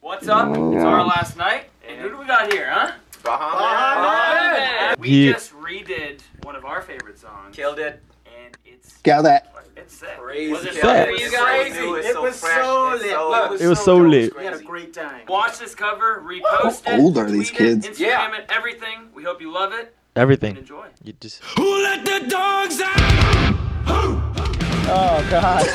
What's up? Oh, It's our last night. And who do we got here, huh? We Yeah. just redid one of our favorite songs. Killed it. And it's Got that. it's sick. Crazy. Was it Killed fun Sick. for It you was so guys? new, it's It so was fresh, so it's lit. so- Look, It was so lit. We had a great time. Watch this cover, repost How it. old are these tweet kids? It, Instagram Yeah. it, everything. We hope you love it and Everything. enjoy. You just. Oh God.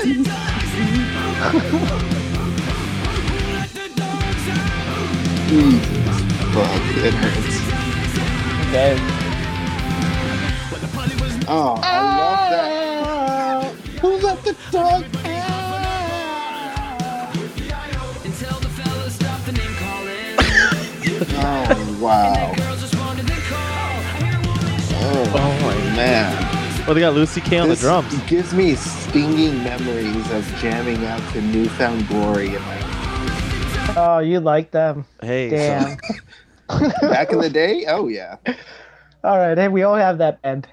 Jesus fuck, it hurts. Oh, I love that. Who let the dog out? Oh wow. Oh, man. Oh, they got Lucy K on the This drums. gives me stinging memories of jamming out to newfound glory and like Oh, you like them? Hey. so- Damn. back in the day oh yeah All right. Hey, we all have that band.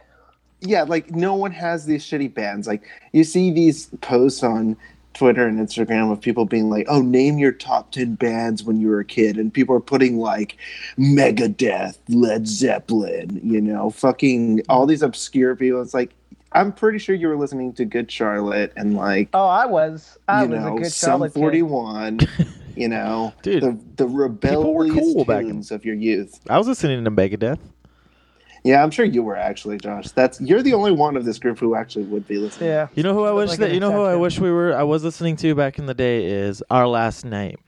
yeah like no one has these shitty bands like you see these posts on twitter and instagram of people being like oh name your top 10 bands when you were a kid and people are putting like megadeth led zeppelin you know fucking all these obscure people it's like i'm pretty sure you were listening to good charlotte and like Oh, I was. I you was know a good some Charlotte kid. 41 you know Dude, the the rebellious cool back in- tunes of your youth I was listening to Megadeth. Yeah, I'm sure you were actually, Josh. That's you're the only one of this group who actually would be listening. Yeah. You know who I Sounds wish like that an you know who I exception. wish we were I was listening to back in the day is Our Last Night.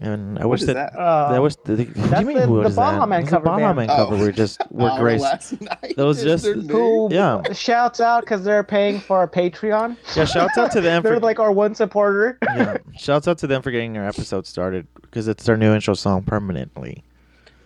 And I wish is that, that? Uh, I wish that, that's you mean, the- what the is that? Baha Man It's cover The Baha band. Man Oh. uh, cover we just were Our graced. last night Those is just- their name? Who Yeah. shouts out because they're paying for our Patreon. Yeah, shouts out to them for They're like our one supporter. yeah, shouts out to them for getting our episode started because it's their new intro song permanently.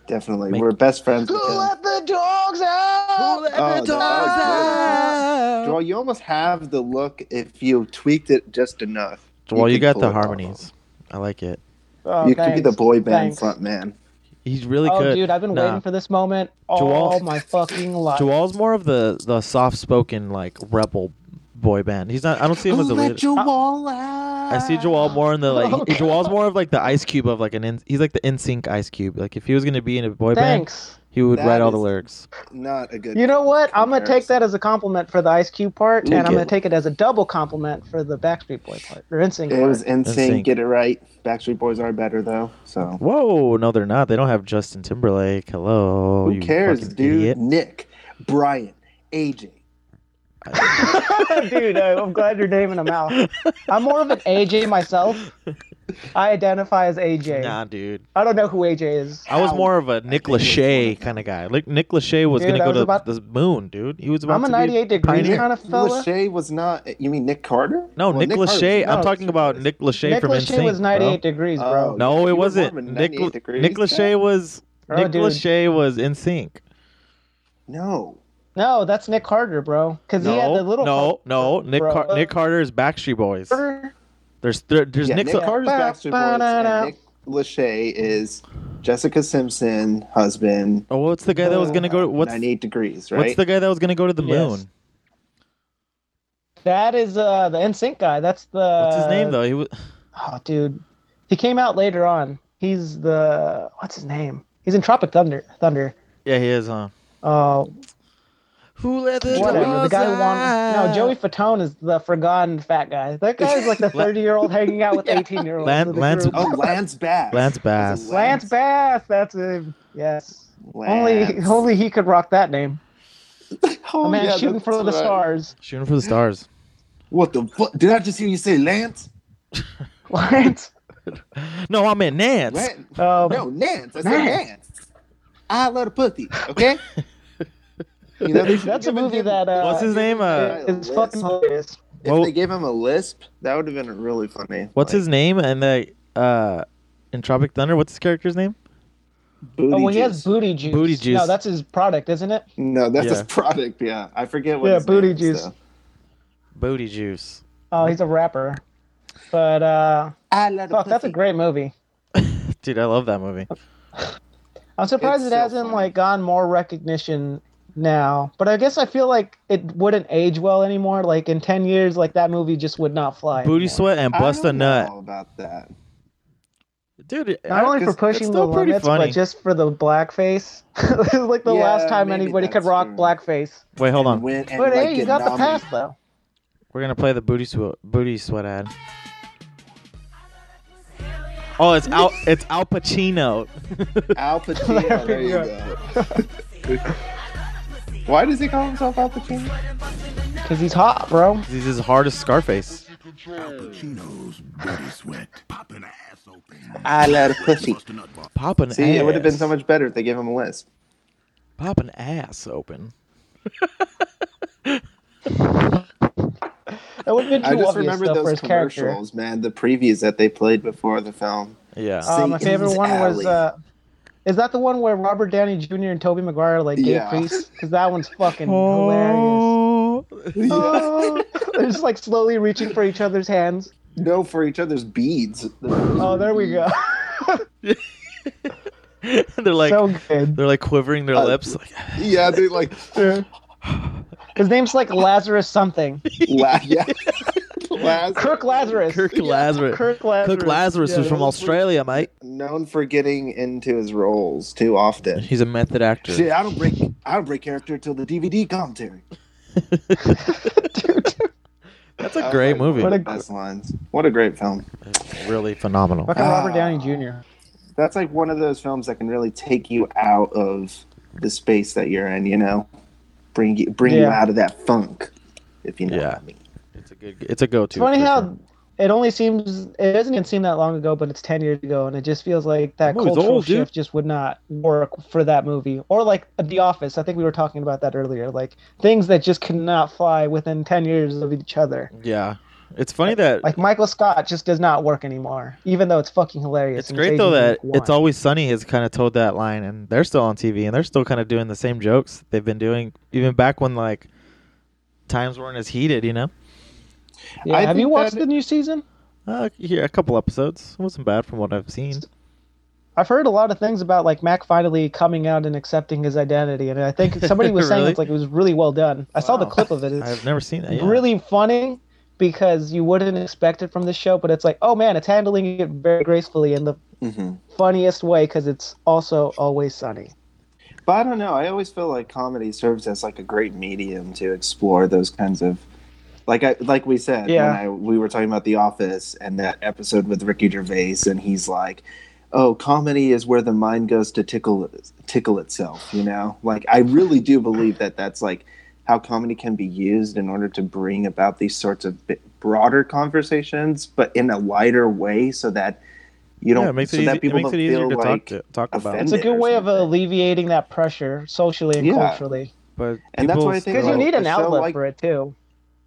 Definitely, Make- we're best friends. With them. the dogs out? Oh, the dogs Joel, you almost have the look if you tweaked it just enough. Well, you, could got pull the it off. harmonies. I like it. Oh, you thanks. could be the boy band Thanks. front man. He's really oh, good. dude, I've been Nah. waiting for this moment all Joel- my fucking life. Joel's more of the the soft spoken like rebel boy band. He's not. I don't see him as a leader. Joel out? I see Joel more in the like. Oh, Joel's more of like the Ice Cube of like an. In, he's like the NSYNC Ice Cube. Like if he was gonna be in a boy band, Thanks. he would That write all the is- lyrics. Not a good. You know what? I'm gonna take comparison. that as a compliment for the Ice Cube part, Look and I'm gonna at- take it as a double compliment for the Backstreet Boy part. Or NSYNC It was part. insane. Sync. Get it right. Backstreet Boys are better though. So Whoa, no, they're not. They don't have Justin Timberlake. Hello. who you cares, fucking dude? idiot. Nick, Brian, AJ. Dude, I- I'm glad you're naming them out. I'm more of an AJ myself. I identify as AJ. Nah, dude. I don't know who AJ is. I was Ow. more of a Nick think it's one Lachey of them. kind of guy. Like Nick Lachey was Dude, gonna I go was to about- the moon, dude. He was about I'm a to be 98 degrees pioneer. kind of fella. Lachey was not. You mean Nick Carter? No, Well, Nick, Carter- Lachey. I'm no, talking about Nick Lachey Nick from Lachey NSYNC, was 98 degrees, Oh, bro. No, You it were wasn't. warm in Nick 98 degrees, Nick yeah. Lachey was Oh, Nick dude. Lachey was in sync. No. No, that's Nick Carter, bro. Because he had No, the little no, no. Nick bro. Car- Nick Carter is Backstreet Boys. Carter. There's there, there's Yeah, Nick. Nick Carter's Ba- Backstreet ba- Boys. da- da. and Nick Lachey is Jessica Simpson husband. oh, what's the guy that was gonna go? What's 98 degrees, right? what's the guy that was gonna go to the Yes. moon? That is uh, the NSYNC guy. That's the. What's his name though? He was Oh, dude, he came out later on. He's the what's his name? He's in Tropic Thunder. Thunder. yeah, he is, huh? Oh, Who let the whatever. The guy who won. No, dogs Joey out? Fatone is the forgotten fat guy. That guy's like the thirty-year-old hanging out with eighteen-year-olds. Lan- Lance- Oh, Lance Bass. Lance Bass. Is it Lance Bass. That's him. Yes. Only, Lance. only he could rock that name. Oh, A man yeah, shooting that's for the right. stars. Shooting for the stars. What the fuck? Did I just hear you say Lance? Lance. No, I meant Nance. Lance? Oh, No, Nance. I said Lance. Lance. I love the pussy, okay? you know, they should that's a have given movie him- that uh, What's his name? Uh, Yeah. is fucking hilarious. Oh, If Well- they gave him a lisp, that would have been really funny. what's Like, his name? And the uh, in Tropic Thunder, what's his character's name? Booty Oh, well, he juice. has booty juice. Booty juice. No, that's his product, isn't it? No, that's his Yeah. product. Yeah, I forget what. Yeah, his booty name is, juice. though. Booty Juice. Oh, he's a rapper. But uh, I love the fuck, that's a pussy. great movie. Dude, I love that movie. I'm surprised It's it so hasn't funny. like gone more recognition now. But I guess I feel like it wouldn't age well anymore. Like in ten years, like that movie just would not fly. Booty anymore. Sweat and I Bust a don't know Nut. About that. dude. Not only for It's- pushing it's the still pretty limits, funny. but just for the blackface. this is like the Yeah, last time maybe anybody could that's rock true. blackface. wait, hold on. Went and, But like, hey, you get got the nommed. pass though. We're gonna play the booty sweat booty sweat ad. Oh, it's Al it's Al Pacino. Al Pacino. there you go. Why does he call himself Al Pacino? Cause he's hot, bro. He's as hard as Scarface. Pacino's booty sweat, popping ass open. I love pussy. Bust a nut bar. Popping See, ass. it would have been so much better if they gave him a list. popping ass open. That would have been too I just obvious remember though, for those his character. commercials, man. The previews that they played before the film. Yeah. Uh, my Satan's favorite one Alley. was uh, is that the one where Robert Downey Jr. and Toby Maguire like gay Yeah. priests? Because that one's fucking hilarious. Oh, they're just like slowly reaching for each other's hands. No, for each other's beads. Oh, there we go. they're like so good. they're like quivering their Uh, lips. Like, Yeah, they like. His name's like Lazarus something. la- yeah. Laz- Kirk Lazarus. Kirk Lazarus. Kirk Lazarus. Cook Lazarus Yeah, was that from was- Australia, mate. known for getting into his roles too often. He's a method actor. See, I don't break. I don't break character till the DVD commentary. That's a great movie. What a- best lines. What a great film. It's really phenomenal. Fucking Robert Ah. Downey Jr. That's like one of those films that can really take you out of the space that you're in. You know, bring you bring you Yeah. out of that funk, if you know Yeah. what I mean. It's a good. It's a go-to. It's funny for how sure. it only seems it doesn't even seem that long ago, but it's ten years ago, and it just feels like that That movie's cultural old, dude. shift just would not work for that movie, or like The Office. I think we were talking about that earlier, like things that just could not fly within ten years of each other. Yeah, it's funny that Like Michael Scott just does not work anymore, even though it's fucking hilarious. it's and great though aging that like it's wine. always sunny has kind of told that line, and they're still on TV and they're still kind of doing the same jokes they've been doing even back when like times weren't as heated. You know, Yeah, I have you think watched that- the new season? uh, yeah, a couple episodes it wasn't bad from what I've seen. I've heard a lot of things about like Mac finally coming out and accepting his identity, and I think somebody was saying Really? it's like it was really well done. I saw the Wow. clip of it. It's I've never seen that. yeah. really funny because you wouldn't expect it from the show, but it's like, oh man, it's handling it very gracefully in the Mm-hmm. funniest way because it's also always sunny. But I don't know. I always feel like comedy serves as like a great medium to explore those kinds of, like I like we said Yeah. when I, we were talking about The Office and that episode with Ricky Gervais, and he's like, "Oh, comedy is where the mind goes to tickle tickle itself." You know, like I really do believe that that's like how comedy can be used in order to bring about these sorts of bi- broader conversations, but in a lighter way, so that you don't yeah, it makes so it easy. that It people makes don't it easier feel to like talk to, talk about. offended. It's a good way of Interesting. alleviating that pressure socially and Yeah. culturally But And that's people why I think because still- you need an So, outlet like- for it too.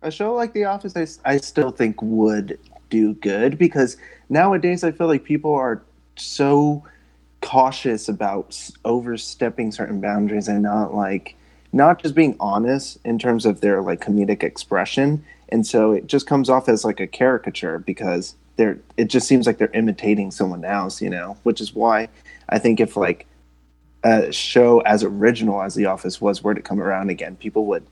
a show like The Office, I, s- I still think would do good because nowadays I feel like people are so cautious about s- overstepping certain boundaries and not like not just being honest in terms of their like comedic expression and so it just comes off as like a caricature because they're it just seems like they're imitating someone else you know which is why i think if like a show as original as the office was were to come around again people would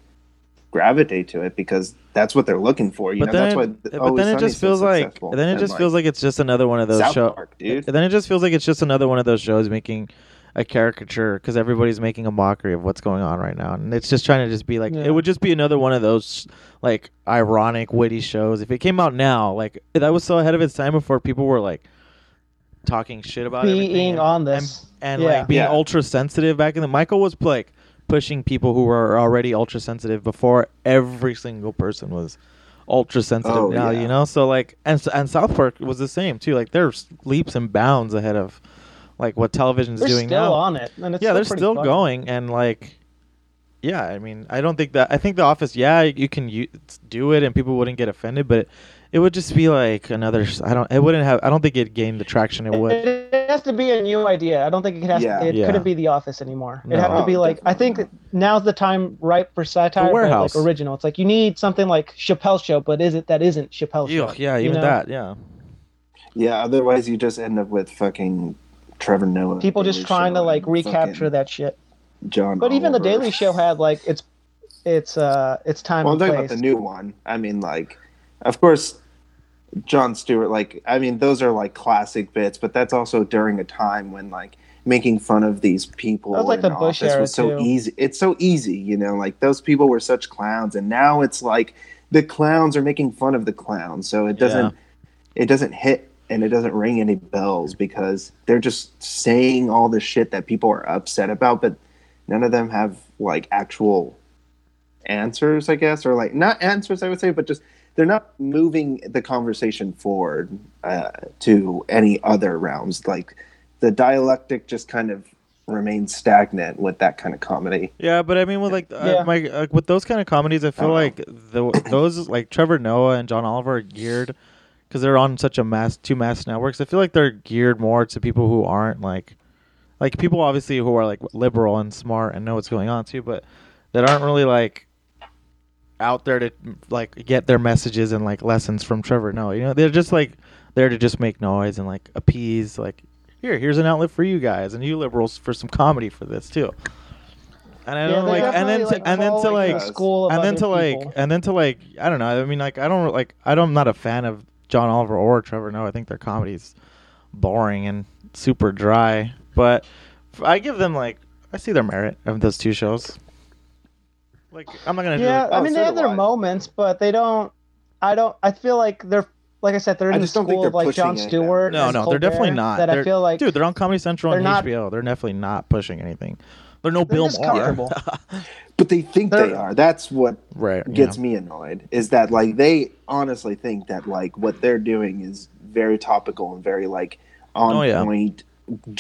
gravitate to it because that's what they're looking for you know but then, that's it- why but then it just feels like then it just feels like it's just another one of those South shows. Park, dude. Then it just feels like it's just another one of those shows making a caricature because everybody's making a mockery of what's going on right now, and it's just trying to just be like Yeah. it would just be another one of those like ironic, witty shows. If it came out now, like that was so ahead of its time before people were like talking shit about everything Being and- on this, and Yeah. like being Yeah. ultra sensitive back in the Michael was like pushing people who were already ultra sensitive before every single person was ultra sensitive Oh, now, yeah. you know? So like and and South Park was the same too. Like there's leaps and bounds ahead of like what television's they're doing still now. on it, and it's yeah, still they're pretty still funny. going and like yeah, I mean, I don't think that I think the office yeah, you can u- do it and people wouldn't get offended, but it, it would just be like another s- I don't it wouldn't have I don't think it gained the traction it would. It has to be a new idea. I don't think it has. Yeah. To, it Yeah. couldn't be The Office anymore. No. It had to Oh, be like I think now's the time ripe for satire, but Warehouse. like original. It's like you need something like Chappelle Show, but is it that isn't Chappelle Show? Ugh, yeah, you even know? that, yeah. yeah otherwise you just end up with fucking trevor noah People Daily just trying to Show, like and recapture fucking that shit. john But even the Oliver. Daily Show had like it's it's uh it's time Well, I'm and talking place. about the new one. I mean, like, of course, John Stewart, like I mean, those are like classic bits, but that's also during a time when like making fun of these people That was like in the Bush office era, was so too. easy. It's so easy, you know, like those people were such clowns, and now it's like the clowns are making fun of the clowns, so it doesn't it doesn't hit and it doesn't ring any bells because they're just saying all the shit that people are upset about, but none of them have like actual answers, I guess, or like not answers, I would say, but just they're not moving the conversation forward uh, to any other realms. Like the dialectic just kind of remains stagnant with that kind of comedy. Yeah, but I mean, with like uh, Yeah. my uh, with those kind of comedies, I feel Oh. like the, those like Trevor Noah and John Oliver are geared because they're on such a mass two mass networks. I feel like they're geared more to people who aren't like like people obviously who are like liberal and smart and know what's going on too, but that aren't really like out there to like get their messages and like lessons from Trevor Noah. You know, they're just like there to just make noise and like appease like here here's an outlet for you guys and you liberals for some comedy for this too. And I don't they're like, and then definitely, to, and then to following like, the school of and then other to like, people. and then to like, I don't know. I mean, like, I don't like, I don't, I'm not a fan of John Oliver or Trevor Noah. I think their comedy's boring and super dry. But f- I give them like, I see their merit of those two shows. Like, I'm not gonna. do, yeah, like- I oh, mean so they have do their I. moments, but they don't. I don't. I feel like they're like I said, they're in I the just don't think school they're of like John pushing it. Stewart. no, and no, they're definitely Colbert not. That they're, I feel like dude, they're on Comedy Central and they're not- HBO. They're definitely not pushing anything. They're no They're Bill just Maher. comfortable. But they think They're- they are. That's what right. yeah. gets me annoyed is that like they honestly think that like what they're doing is very topical and very like on Oh, yeah. point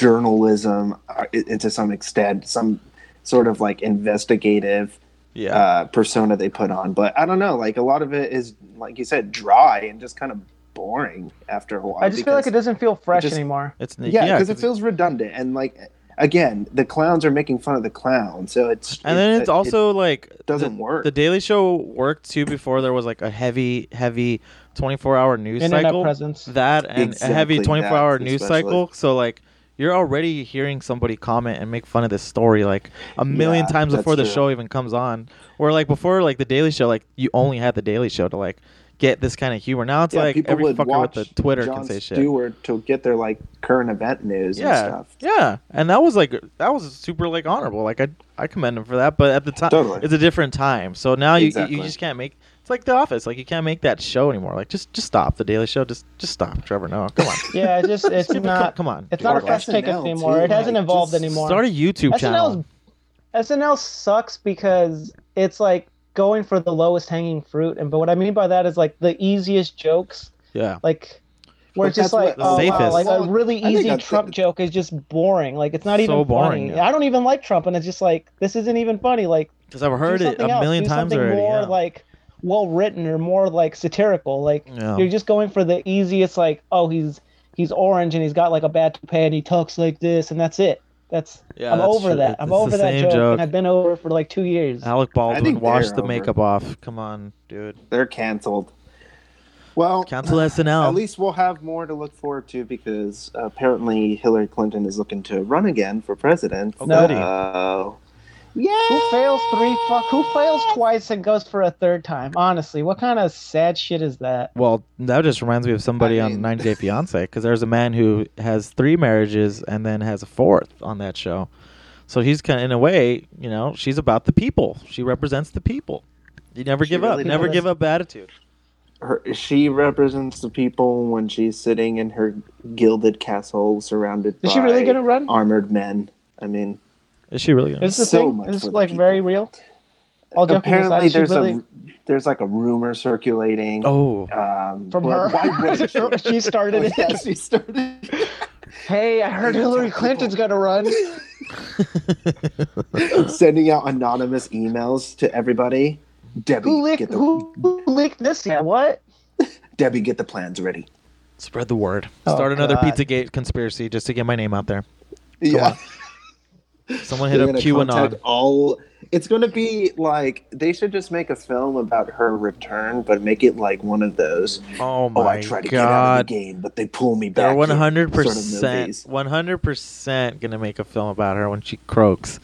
journalism uh, i- and to some extent some sort of like investigative Yeah. uh, persona they put on but i don't know like a lot of it is like you said dry and just kind of boring after a while I just feel like it because- doesn't feel fresh just- anymore. it's yeah because it it's- feels redundant and like again the clowns are making fun of the clown so it's and then it- it's it- also like doesn't the, work. The Daily Show worked too before there was like a heavy, heavy twenty-four hour news Internet cycle. presence. That and a Exactly, heavy that twenty-four hour news especially. cycle. So like you're already hearing somebody comment and make fun of this story like a million Yeah, times that's before the true. show even comes on. Where like before like the Daily Show, like you only had the Daily Show to like get this kind of humor. Now it's Yeah, like people every would fucker watch with the Twitter Jon can say shit. Stewart to get their like current event news and yeah, stuff. yeah, and that was like that was super like honorable. Like I I commend him for that, but at the time Totally. it's a different time. So now you you- you Exactly. just can't make it's like The Office. Like you can't make that show anymore. Like just just stop the Daily Show. Just just stop, Trevor. No, come on. Yeah, it's just it's Stupid, not. come, come on. It's not a Or fresh take SNL anymore. too, it hasn't like, evolved just anymore. Start a YouTube channel. SNL's SNL sucks because it's like going for the lowest hanging fruit, and but what I mean by that is like the easiest jokes, Yeah, like where But it's just that's like what- oh, The wow, safest. like a really I think easy that's- Trump joke is just boring. Like it's not So even boring, funny. yeah. I don't even like Trump, and it's just like this isn't even funny. Like because I've heard do it something a else. million do times something already. More yeah. like well written or more like satirical. Like Yeah. you're just going for the easiest. Like oh he's he's orange and he's got like a bad toupee and he talks like this and that's it. That's Yeah, I'm that's over true. that. It's I'm the over that same joke, joke. and I've been over for like two years. Alec Baldwin, think wash they're the over. makeup off. Come on, dude. They're canceled. Well, Cancel SNL. at least we'll have more to look forward to because apparently Hillary Clinton is looking to run again for president. Oh, No. goody. Uh, yeah. Who fails three? Fu- who fails twice and goes for a third time? Honestly, what kind of sad shit is that? Well, that just reminds me of somebody I on mean- 90 Day Fiance because there's a man who has three marriages and then has a fourth on that show. So he's kind of, in a way, you know, she's about the people. She represents the people. You never She give really up. Never does. give up attitude. Her, she represents the people when she's sitting in her gilded castle surrounded by Is she really gonna run? armored men. I mean, Is she really? Gonna? Is this So thing? much Is for this the like people. very real? All joking apparently aside, she there's really, a there's like a rumor circulating. Oh, Um, from her. but Why wouldn't she? she started it. Yeah, she started. Hey, I heard Hillary Clinton's gonna run. sending out anonymous emails to everybody. Debbie, Who leaked? get the Who who leaked this? Yeah, what? Debbie, get the plans ready. spread the word. Oh, Start another God. PizzaGate conspiracy just to get my name out there. Yeah, Someone hit up They're gonna QAnon. contact all It's going to be like they should just make a film about her return, but make it like one of those. Oh my Oh, I try to god. get out of the game, but they pull me back. They're in one hundred sort of percent, movies. one hundred percent gonna make a film about her when she croaks,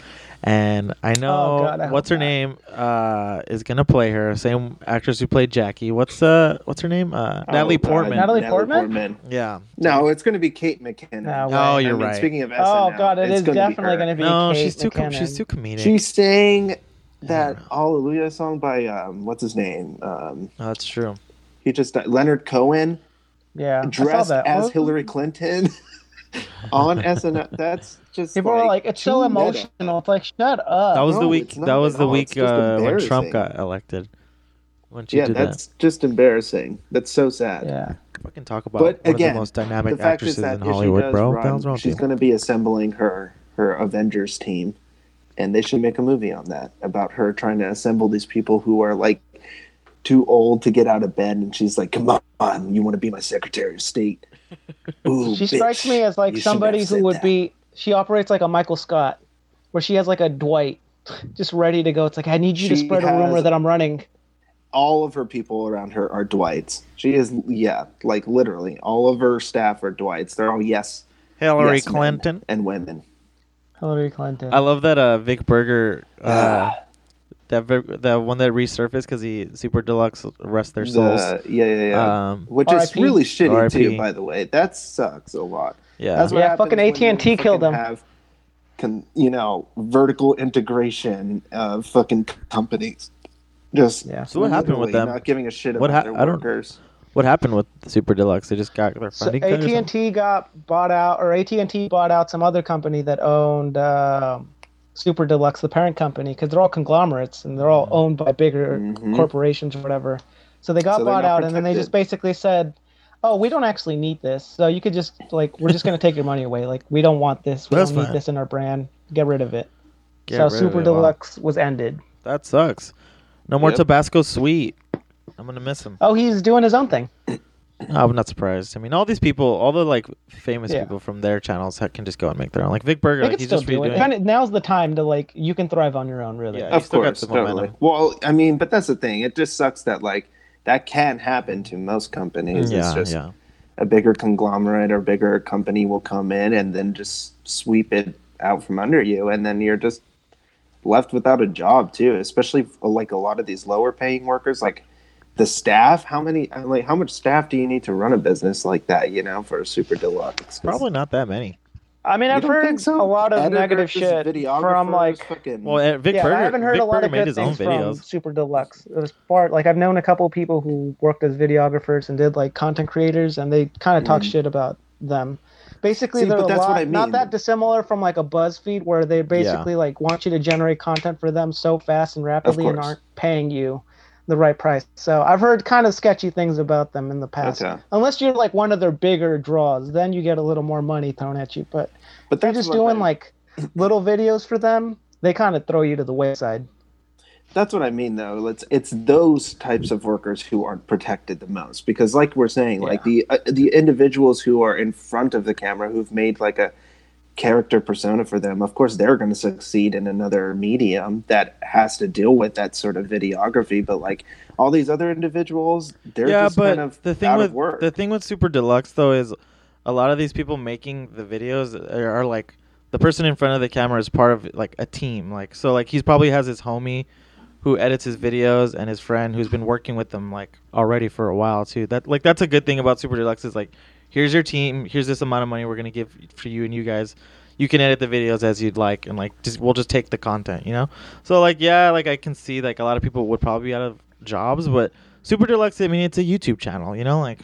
and I Oh, know God, I hope what's her not. name uh, is gonna play her. Same actress who played Jackie. What's uh, what's her name? Uh, Oh, Natalie God. Portman. Natalie Portman? yeah. No, it's going to be Kate McKinnon. No way. Oh, I you're mean, right. Speaking of SNL, Oh god, it it's is gonna definitely be her. going to be. no, Kate she's too com- McKinnon. she's too comedic. She sang I that don't know. Hallelujah song by um, what's his name? Um, Oh, that's true. he just died. Leonard Cohen Yeah, I saw dressed that. as Oh, Hillary Clinton on SNL. That's just People like, are like, it's so too meta. emotional. It's like, shut up. That was the Oh, no, week. it's not That was at the all. It's week just uh, when Trump embarrassing. got elected. When she Yeah, did that's just embarrassing. That's so sad. yeah. that, fucking talk about But one of again, the most The dynamic fact is actresses that in if she Hollywood, does bro. What the hell's wrong run, with you? she's going to be assembling her her Avengers team, and they should make a movie on that about her trying to assemble these people who are like too old to get out of bed, and she's like, "Come on, you want to be my Secretary of State?" Ooh, she bitch, strikes me as like you shouldn't somebody have who said would that. be she operates like a michael scott where she has like a dwight just ready to go it's like i need you to She spread a rumor has- that i'm running all of her people around her are Dwights. She is yeah, like literally all of her staff are Dwights. They're all yes, Hillary yes men Clinton. and women. hillary clinton I love that uh, Vic Berger, uh, that Vic, that one that resurfaced because he super deluxe rest their souls. The- yeah, yeah, yeah. um, Which is RIP. really shitty RIP. too, by the way. That sucks a lot. yeah, That's what Yeah, happens fucking when you AT&T killed fucking them. Have, con, you know, vertical integration of fucking companies. Just yeah So what happened with literally them? Not giving a shit What about hap- their I don't- workers. what happened with super deluxe? They just got their so funding. cut or something? at&t got bought out or at&t bought out some other company that owned um, super deluxe the parent company because they're all conglomerates and they're Mm-hmm. all owned by bigger Mhm. corporations or whatever so they got So they're bought not out and then they just protected. basically said oh we don't actually need this so you could just like we're just going to take your money away like we don't want this we That's don't fine. need this in our brand get rid of it Get so rid of super it, wow. deluxe was ended That sucks. No more Yep. Tabasco sweet. I'm gonna miss him. oh he's doing his own thing I'm not surprised. I mean, all these people, all the like famous Yeah. people from their channels ha- can just go and make their own. Like Vic Berger, they like, could he's still just do it redoing. kind of now's the time to like you can thrive on your own really Yeah. Of still got course, the totally. momentum. Well, I mean, but that's the thing. It just sucks that like that can happen to most companies. yeah, it's just yeah. a bigger conglomerate or bigger company will come in and then just sweep it out from under you, and then you're just left without a job too. Especially like a lot of these lower paying workers, like the staff. How many? Like how much staff do you need to run a business like that? You know, for a super deluxe. 'Cause Probably not that many. i mean you i've don't heard think so? a lot of Editors, negative shit from videographers, like fucking- Well, eh, Vic yeah, Berger, I haven't heard Vic a lot Berger of made good his own things from videos. Super Deluxe. It was part like I've known a couple people who worked as videographers and did like content creators, and they kind of talk shit about them. Basically, Mm. See, they're but a that's what lot I mean. not that dissimilar from like a BuzzFeed, where they basically like want you to generate content for them so fast and rapidly, and course. aren't paying you the right price. So I've heard kind of sketchy things about them in the past. Okay. Unless you're like one of their bigger draws, then you get a little more money thrown at you. But but they're that's just what I- doing like little videos for them. They kind of throw you to the wayside. That's what I mean, though. It's it's those types of workers who aren't protected the most because, like we're saying, like the uh, the individuals who are in front of the camera who've made like a character persona for them. Of course, they're going to succeed in another medium that has to deal with that sort of videography. But like all these other individuals, they're yeah, just but kind of the thing out with of work. the thing with Super Deluxe though is a lot of these people making the videos are, are like the person in front of the camera is part of like a team. Like so, like he's probably has his homie who edits his videos and his friend who's been working with them like already for a while too. That like that's a good thing about Super Deluxe is like here's your team, here's this amount of money we're gonna give for you and you guys. You can edit the videos as you'd like, and like just we'll just take the content, you know. So like yeah, like I can see like a lot of people would probably be out of jobs, but Super Deluxe, I mean it's a YouTube channel, you know, like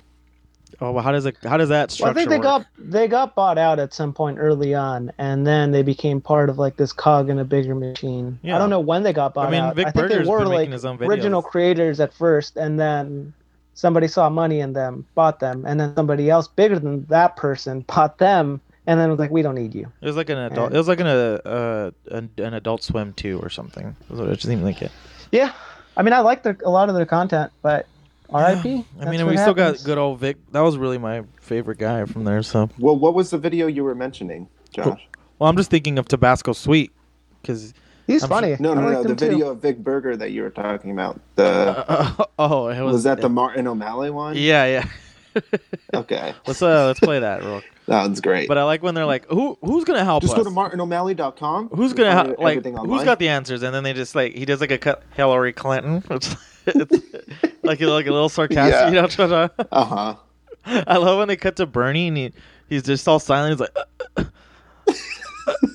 oh well, how does it how does Well, that structure I think they work? got they got bought out at some point early on, and then they became part of like this cog in a bigger machine. Yeah. I don't know when they got bought I mean, out. Vic I think Berger's they were been making like his own videos. original creators at first, and then somebody saw money in them, bought them, and then somebody else bigger than that person bought them, and then was like, "We don't need you." It was like an adult. And- It was like an uh, uh an, an Adult Swim two or something. That's what It just seemed like it. Yeah, I mean, I like their, a lot of their content, but R.I.P. I That's mean, and what we still happens. got good old Vic. That was really my favorite guy from there. So, well, what was the video you were mentioning, Josh? well, I'm just thinking of Tabasco Sweet because He's I'm funny. No, I no, liked no. The him too. video of Vic Berger that you were talking about. The Uh, oh, it was, was, that the Martin O'Malley one? Yeah, yeah. Okay, Let's uh, let's play that real. sounds great. But I like when they're like, "Who who's gonna help Just us? go to martino'malley.com. who's You gonna find ha- like everything who's online. got the answers?" And then they just like he does like a cut Hillary Clinton, It's- it's like a- like a little sarcastic. Yeah. You know, trying to- Uh huh. I love when they cut to Bernie and he, he's just all silent. He's like, uh,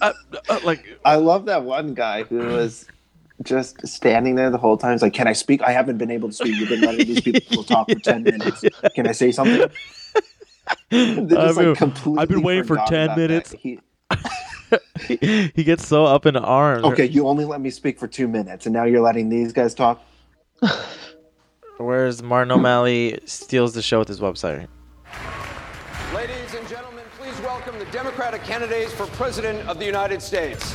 uh, uh, like I love that one guy who was just standing there the whole time. He's like, "Can I speak? I haven't been able to speak. You've been letting these people talk for ten minutes. Can I say something?" They I've just, like, been- completely I've been waiting for forgot 10 about that. minutes. He- he, he gets so up in arms. okay, you only let me speak for two minutes, and now you're letting these guys talk. Whereas Martin O'Malley steals the show with his website. Ladies and gentlemen, please welcome the Democratic candidates for President of the United States.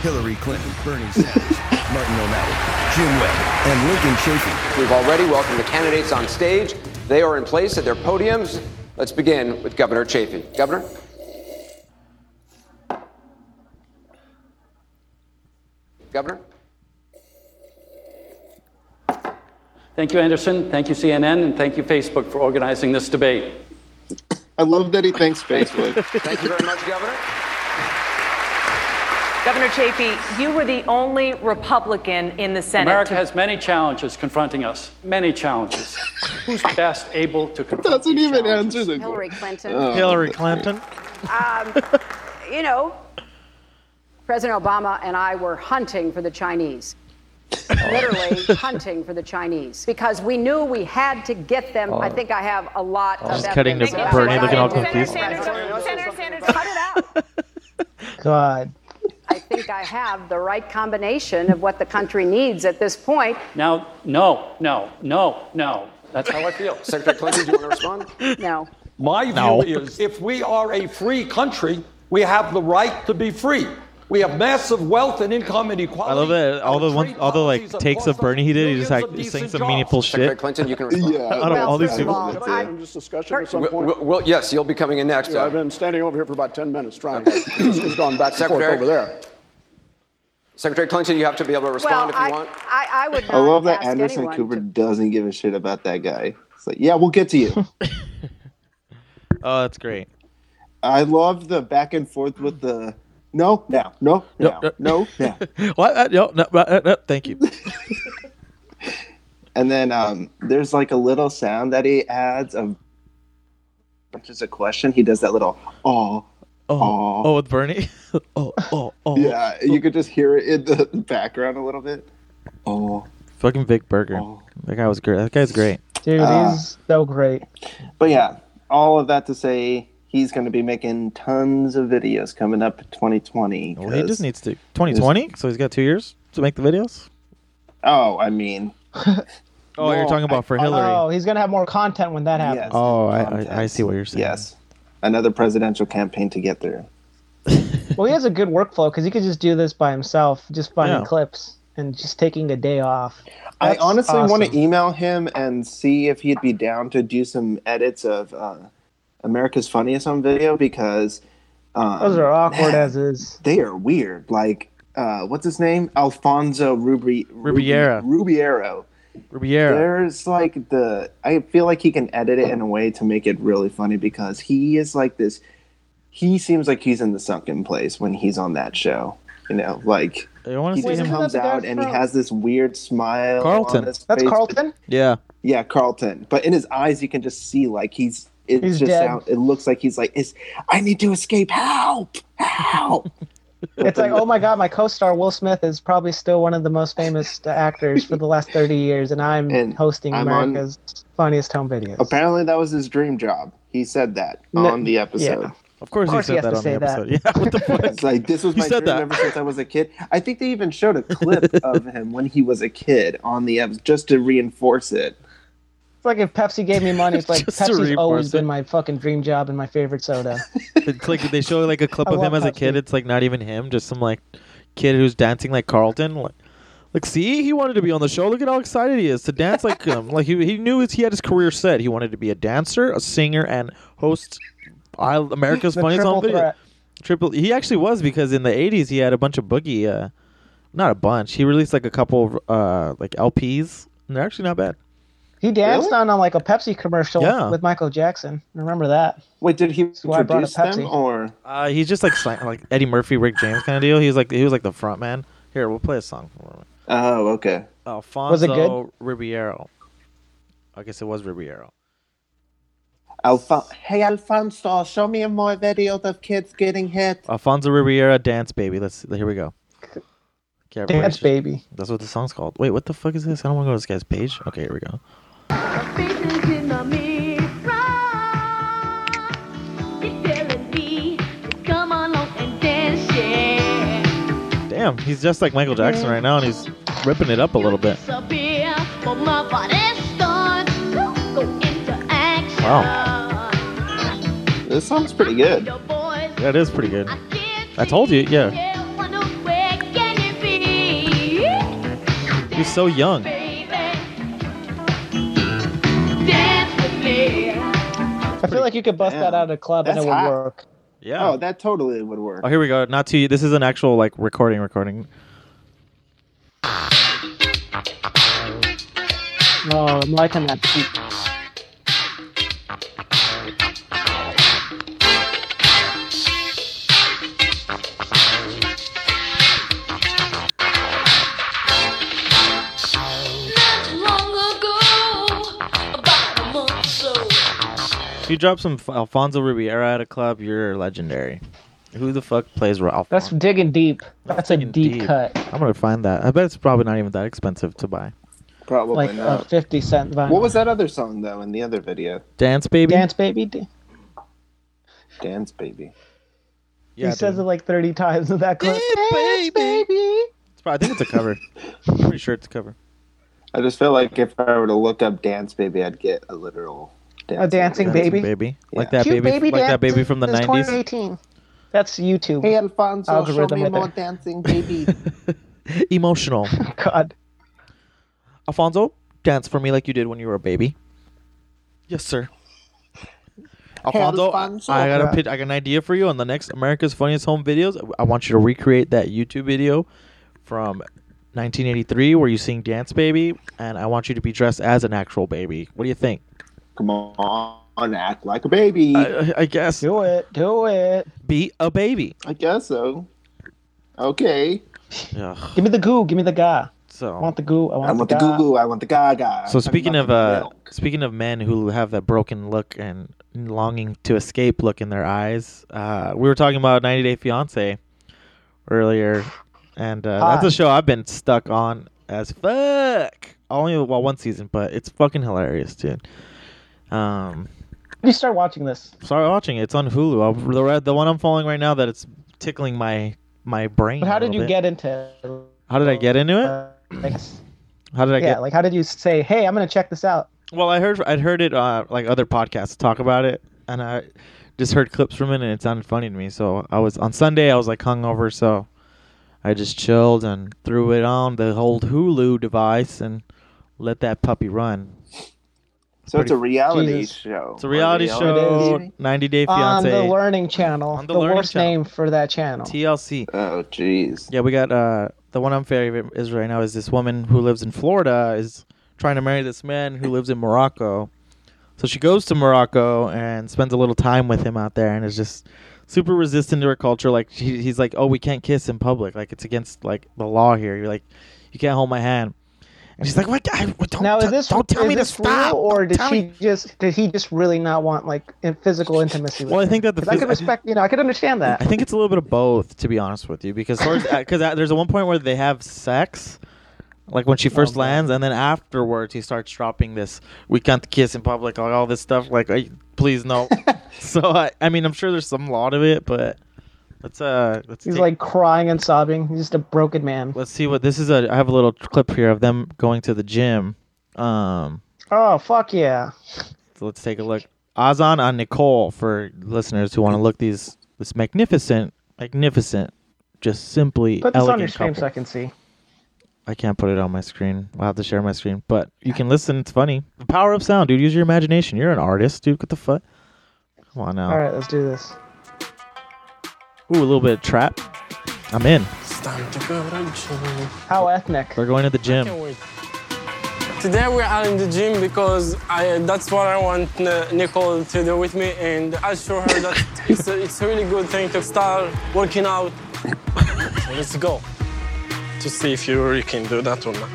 Hillary Clinton, Bernie Sanders, Martin O'Malley, Jim Webb, and Lincoln Chafee. We've already welcomed the candidates on stage. They are in place at their podiums. Let's begin with Governor Chafee. Governor? Governor? Thank you, Anderson. Thank you, CNN. And thank you, Facebook, for organizing this debate. I love that he thanks Facebook. Thank you very much, Governor. Governor Chafee, you were the only Republican in the Senate. America to- has many challenges confronting us, many challenges. Who's best able to confront Doesn't these even challenges? answer the Hillary Clinton. Oh, Hillary Clinton. You know, President Obama and I were hunting for the Chinese. Literally hunting for the Chinese because we knew we had to get them. I think I have a lot of Oh. Just that cutting to thing about Bernie looking all Biden. confused. Senator Sanders, Senator Sanders, Cut it out. God. I think I have the right combination of what the country needs at this point. Now, no, no, no, no. That's how I feel. Secretary Clinton, do you want to respond? No. My view No. is if we are a free country, we have the right to be free. We have massive wealth and income inequality. I love that all the Our one, trade all the like policies have takes of cost us Bernie he did. He millions just like of he decent sings some jobs. meaningful Secretary shit. Clinton, you can respond. Yeah. Out of all these first people, of all, I, I- this discussion at some We'll- point. we'll- we'll- yes, you'll be coming in next. I've Uh, been standing over here for about 10 minutes trying to. It's gone back and forth Secretary? over there. Secretary Clinton, you have to be able to Well, respond if you I, want. I, I would not I love that ask Anderson anyone Cooper to- doesn't give a shit about that guy. It's like, yeah, we'll get to you. Oh, that's great. I love the back and forth with the no, now, no, now, no. no, now. What? Uh, no, no, uh, uh, no, thank you. And then um, there's like a little sound that he adds of which is a question. He does that little oh Oh, oh, with Bernie. oh, oh, oh. yeah. You could just hear it in the background a little bit. Oh, Fucking Vic Berger. That guy was great. That guy's great. Dude, he's so great. but yeah, all of that to say he's going to be making tons of videos coming up in 2020. Well, Oh, he 'cause- just needs to 2020. So he's got two years to make the videos. Oh, I mean, Oh, you're No, talking about I- for I- Hillary. Oh, he's gonna have more content when that happens. yes. Oh, I- I- Content. I see what you're saying. Yes, another presidential campaign to get through. Well, he has a good workflow because he could just do this by himself, just finding Yeah. clips and just taking a day off. I That's honestly want to awesome. email him and see if he'd be down to do some edits of uh, America's Funniest on video because um, Those are awkward as is. they are weird. Like, uh, what's his name? Alfonso Rubri- Rubiera. Rubiero. Riviera. There's like the. I feel like he can edit it in a way to make it really funny because he is like this. He seems like he's in the sunken place when he's on that show. You know, like I want he to see Wait, just him. isn't that comes the guy out and he from- has this weird smile. on Carlton. his That's face, but Carlton. Yeah. yeah, Carlton. But in his eyes, you can just see like he's. It's He's just dead. out. It looks like he's like, "Is I need to escape? Help! Help!" It's like, oh my god, my co-star Will Smith is probably still one of the most famous actors for the last 30 years, and I'm And hosting I'm on- America's funniest home videos. Apparently, that was his dream job. He said that No- on the episode. Of course, course he he said that has on the to episode. say Yeah. What the fuck? It's like this was He my said dream that. ever since I was a kid. I think they even showed a clip of him when he was a kid on the episode just to reinforce it. It's like if Pepsi gave me money, it's like Just to Pepsi's always reinforce it. been my fucking dream job and my favorite soda. It's like they show like a clip I of him love as a Pepsi. kid. It's like not even him, just some like kid who's dancing like Carlton. Like, like see, he wanted to be on the show. Look at how excited he is to dance like him. Like he, he knew his, he had his career set. He wanted to be a dancer, a singer, and host I, America's The funniest triple home video. threat. Triple. He actually was because in the '80s he had a bunch of boogie. Uh, not a bunch. He released like a couple uh, like LPs, and they're actually not bad. He danced on, on like a Pepsi commercial Yeah. with Michael Jackson. Remember that? Wait, did he why I brought produce up them Pepsi. or Uh, he's just like si- like Eddie Murphy, Rick James kind of deal. He was like he was like the front man. Here, we'll play a song for him. Oh, okay. Alfonso Was it good? Ribeiro. I guess it was Ribeiro. Alfon- hey Alfonso, show me more videos of kids getting hit. Alfonso Ribeiro, Dance Baby. Let's here we go. Can't remember. Dance Baby. That's what the song's called. Wait, what the fuck is this? I don't want to go to this guy's page. Okay, here we go. Damn, he's just like Michael Jackson right now, and he's ripping it up a little bit. Wow, This song's pretty good. yeah, it is pretty good. I told you, yeah. He's so young. I feel like you could bust that out of a club That's and it would hot. work. Yeah. Oh, that totally would work. Oh, here we go. Not to you. This is an actual like recording, recording. No, I'm liking that. If you drop some F- Alfonso Ribeira at a club, you're legendary. Who the fuck plays Ralph? That's digging deep. That's a deep, cut. I'm gonna find that. I bet it's probably not even that expensive to buy. Probably like a uh, not. 50 cent vinyl. What was that other song though in the other video? Dance baby. Dance Baby? D- Dance baby. Yeah, he says it like 30 times in that clip. Dance Baby! It's probably, I think it's a cover. I'm pretty sure it's a cover. I just feel like if I were to look up Dance Baby, I'd get a literal dance A dancing baby. baby, like that baby, like that baby from the '90s. 2018. That's YouTube. Hey Alfonso, Algorithm show me right more there. dancing baby. Emotional. God. Alfonso, dance for me like you did when you were a baby. Yes, sir. Alfonso, Alfonso. I got Yeah. a pitch, I got an idea for you on the next America's Funniest Home Videos. I want you to recreate that YouTube video from 1983 where you sing "Dance Baby," and I want you to be dressed as an actual baby. What do you think? Come on, act like a baby. I, I guess. Do it. Do it. Be a baby. I guess so. Okay. Ugh. Give me the goo. Give me the ga. So I want the goo. I want, I want the the, goo ga. goo. I want the gaga. So speaking of uh, milk. speaking of men who have that broken look and longing to escape look in their eyes, uh, we were talking about 90 Day Fiance earlier, and uh, that's Hi. a show I've been stuck on as fuck. Only well one season, but it's fucking hilarious, dude. Um, When you start watching this, sorry watching it. It's on Hulu. I, the red- the one I'm following right now that it's tickling my my brain. but a how did little you bit. get Uh, into it? How did I get into it? Like, How did I yeah, get? like how did you say, "Hey, I'm gonna check this out"? Well, I heard I'd heard it uh, like other podcasts talk about it, and I just heard clips from it, and it sounded funny to me. So I was on Sunday, I was like hungover, so I just chilled and threw it on the old Hulu device and let that puppy run. so it's a reality Jesus. show. It's a reality show, ninety day On the fiance, Learning Channel, the the, Learning worst Channel. name for that channel. TLC. Oh, jeez. Yeah, we got uh the one I'm favorite is right now is this woman who lives in Florida is trying to marry this man who lives in Morocco. So she goes to Morocco and spends a little time with him out there and is just super resistant to her culture. Like she, he's like, "Oh, we can't kiss in public. Like it's against like the law here. You're like, you can't hold my hand." And she's like, "What? I, don't now, t- is this don't tell is me to this stop." real, or did Tell she me- just did he just really not want like in physical intimacy? With Well, I her? think that the 'Cause I phys- could respect, you know, I could understand that. I think it's a little bit of both, to be honest with you, because because uh, there's a one point where they have sex, like when she first lands, and then afterwards he starts dropping this "we can't kiss in public," like all this stuff. Like, I- please no. so I, I mean, I'm sure there's some lot of it, but let's uh, let's He's take- like crying and sobbing. He's just a broken man. let's see what this is. A I have a little clip here of them going to the gym. Um, Oh fuck yeah! so let's take a look. Azan on Nicole for listeners who want to look these this magnificent, magnificent, just simply Put this elegant on your stream couple. so I can see. I can't put it on my screen. I'll have to share my screen, but you can listen. It's funny. The power of sound, dude. Use your imagination. You're an artist, dude. What the fuck? Come on now. All right, let's do this. Ooh, a little bit of trap. I'm in. How ethnic? We're going to the gym. Today we're out in the gym because I, that's what I want uh, Nicole to do with me, and I show her that it's a, it's a really good thing to start working out. so let's go to see if you really can do that or not.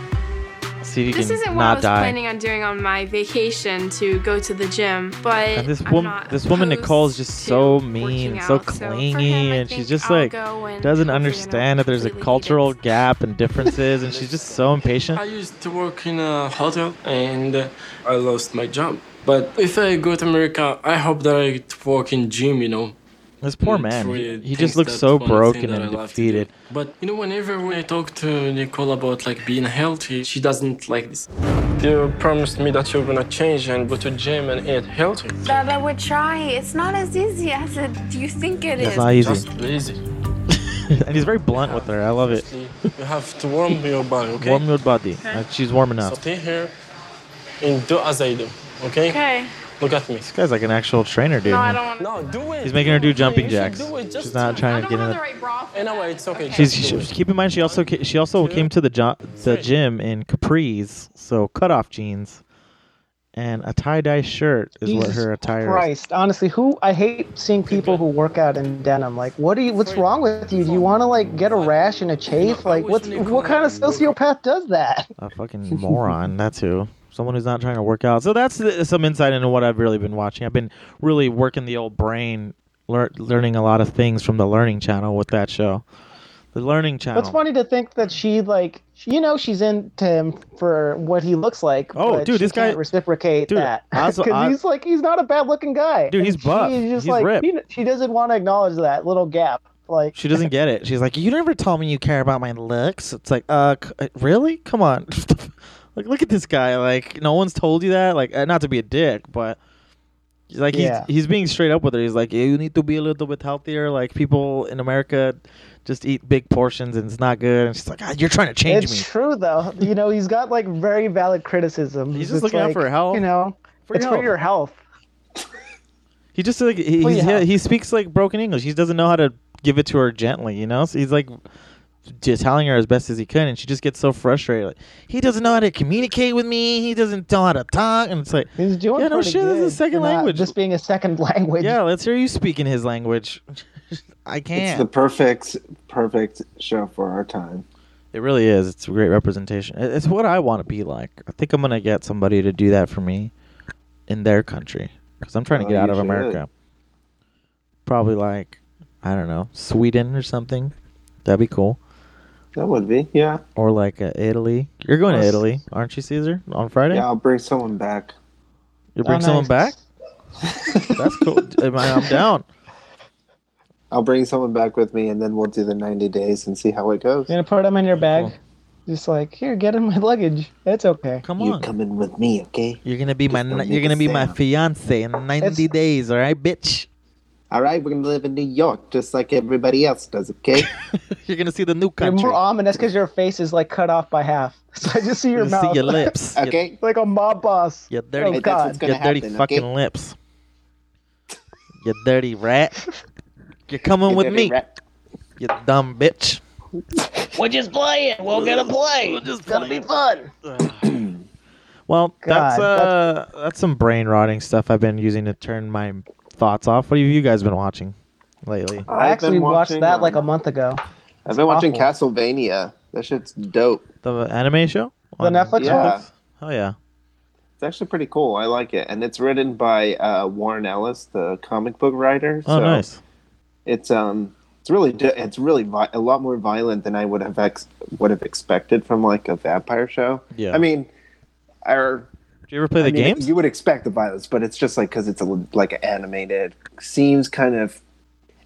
See if you This can isn't what I not was die. planning on doing on my vacation to go to the gym, but And this I'm woman, not this woman Nicole is just so mean, working and so out, so for clingy, him, I and she's think just I'll like go and doesn't hopefully I understand that there's a cultural gap and differences, and she's just so impatient. I used to work in a hotel and uh, I lost my job. But if I go to America, I hope that I get to work in gym, you know. This poor Mm, man, really he- he thinks just looks that's so one thing broken that I and love to do. defeated. But you know, whenever when I talk to Nicole about like being healthy, she doesn't like this. You promised me that you're gonna change and go to gym and eat healthy. Baba would try. It's not as easy as it, you think it That's is. not easy. Just lazy. and he's very blunt with her. I love it. You have to warm your body, okay? Warm your body. Uh, she's warming So up. stay here and do as I do, okay? Okay. Look at me. This guy's like an actual trainer, dude. want. No, do it. He's making her do jumping jacks. do it. Just She's not trying to get in. The, Anyway, it's okay. she's Just do she, it. keep in mind she also ca- she also came to the jo- the gym in capris, so cutoff jeans, and a tie dye shirt is what Jesus her attire is. Christ, honestly, who I hate seeing people who work out in denim. Like, what do you? What's wrong with you? Do you want to like get a rash and a chafe? Like, what's what kind of sociopath does that? A fucking moron. That's who. Someone who's not trying to work out. So that's the, some insight into what I've really been watching. I've been really working the old brain, lear- learning a lot of things from the Learning Channel with that show. The Learning Channel. It's funny to think that she like you know she's into him for what he looks like. Oh, but dude, she this guy- can't reciprocate dude, that Oz- because Oz- he's like he's not a bad looking guy. Dude, he's And buff. She's just He's like ripped. She, she doesn't want to acknowledge that little gap. Like She doesn't get it. She's like, "You never told me you care about my looks." It's like, "Uh, c- really? Come on." like, look at this guy. Like, no one's told you that. Like, uh, not to be a dick, but like Yeah. he's he's being straight up with her. He's like, "You need to be a little bit healthier." Like, people in America just eat big portions and it's not good. And she's like, ah, "You're trying to change it's me." true though. You know, he's got like very valid criticism. He's just looking out for health. You know, For it's health. for your health. He just like he, Well, he's, yeah. he he speaks like broken English. He doesn't know how to give it to her gently, you know. So he's like just telling her as best as he could, and she just gets so frustrated. Like he doesn't know how to communicate with me. He doesn't know how to talk, and it's like He's doing yeah, no pretty shit. This is good a second for not language. Just being a second language. yeah, let's hear you speak in his language. I It's can't. the perfect, perfect show for our time. It really is. It's a great representation. It- It's what I want to be like. I think I'm gonna get somebody to do that for me in their country because I'm trying to Oh, get out you of should. America. Probably like I don't know Sweden or something. That'd be cool. That would be, yeah. Or like uh, Italy. You're going to Yes. Italy, aren't you, Caesar? On Friday? Yeah, I'll bring someone back. You'll bring Oh, someone back. nice. That's cool. Am I- I'm down. I'll bring someone back with me, and then we'll do the 90 days and see how it goes. You're gonna put him in your bag. Just like here, get in my luggage. It's okay. Come You coming with me, okay? You're gonna be my Just don't ni- make you're gonna a be my sound. fiance in 90 days. All right, bitch. All right, we're gonna live in New York just like everybody else does, okay? You're gonna see the new You're country. more ominous because your face is like cut off by half. So I just see your You see mouth. your lips. Okay. like a mob boss. Your dirty, Oh, God. your dirty fucking lips. You dirty rat. You're coming You with dirty me. You dumb bitch. We're just playing. We're gonna play. We're just it's gonna be fun. Well, that's God, uh, that's... some brain rotting stuff I've been using to turn my thoughts off. What have you guys been watching lately? I I've actually been watched watching, that um, like a month ago. I've been watching Awful. Castlevania. That shit's dope. The anime show? The Netflix Yeah, Oh yeah. it's actually pretty cool. I like it, and it's written by uh, Warren Ellis, the comic book writer. Oh so nice. It's um, it's really di- it's really vi- a lot more violent than I would have ex- would have expected from like a vampire show. Yeah. I mean, our Do you ever play the I mean, games? You would expect the violence, but it's just like because it's a, li- like animated, seems kind of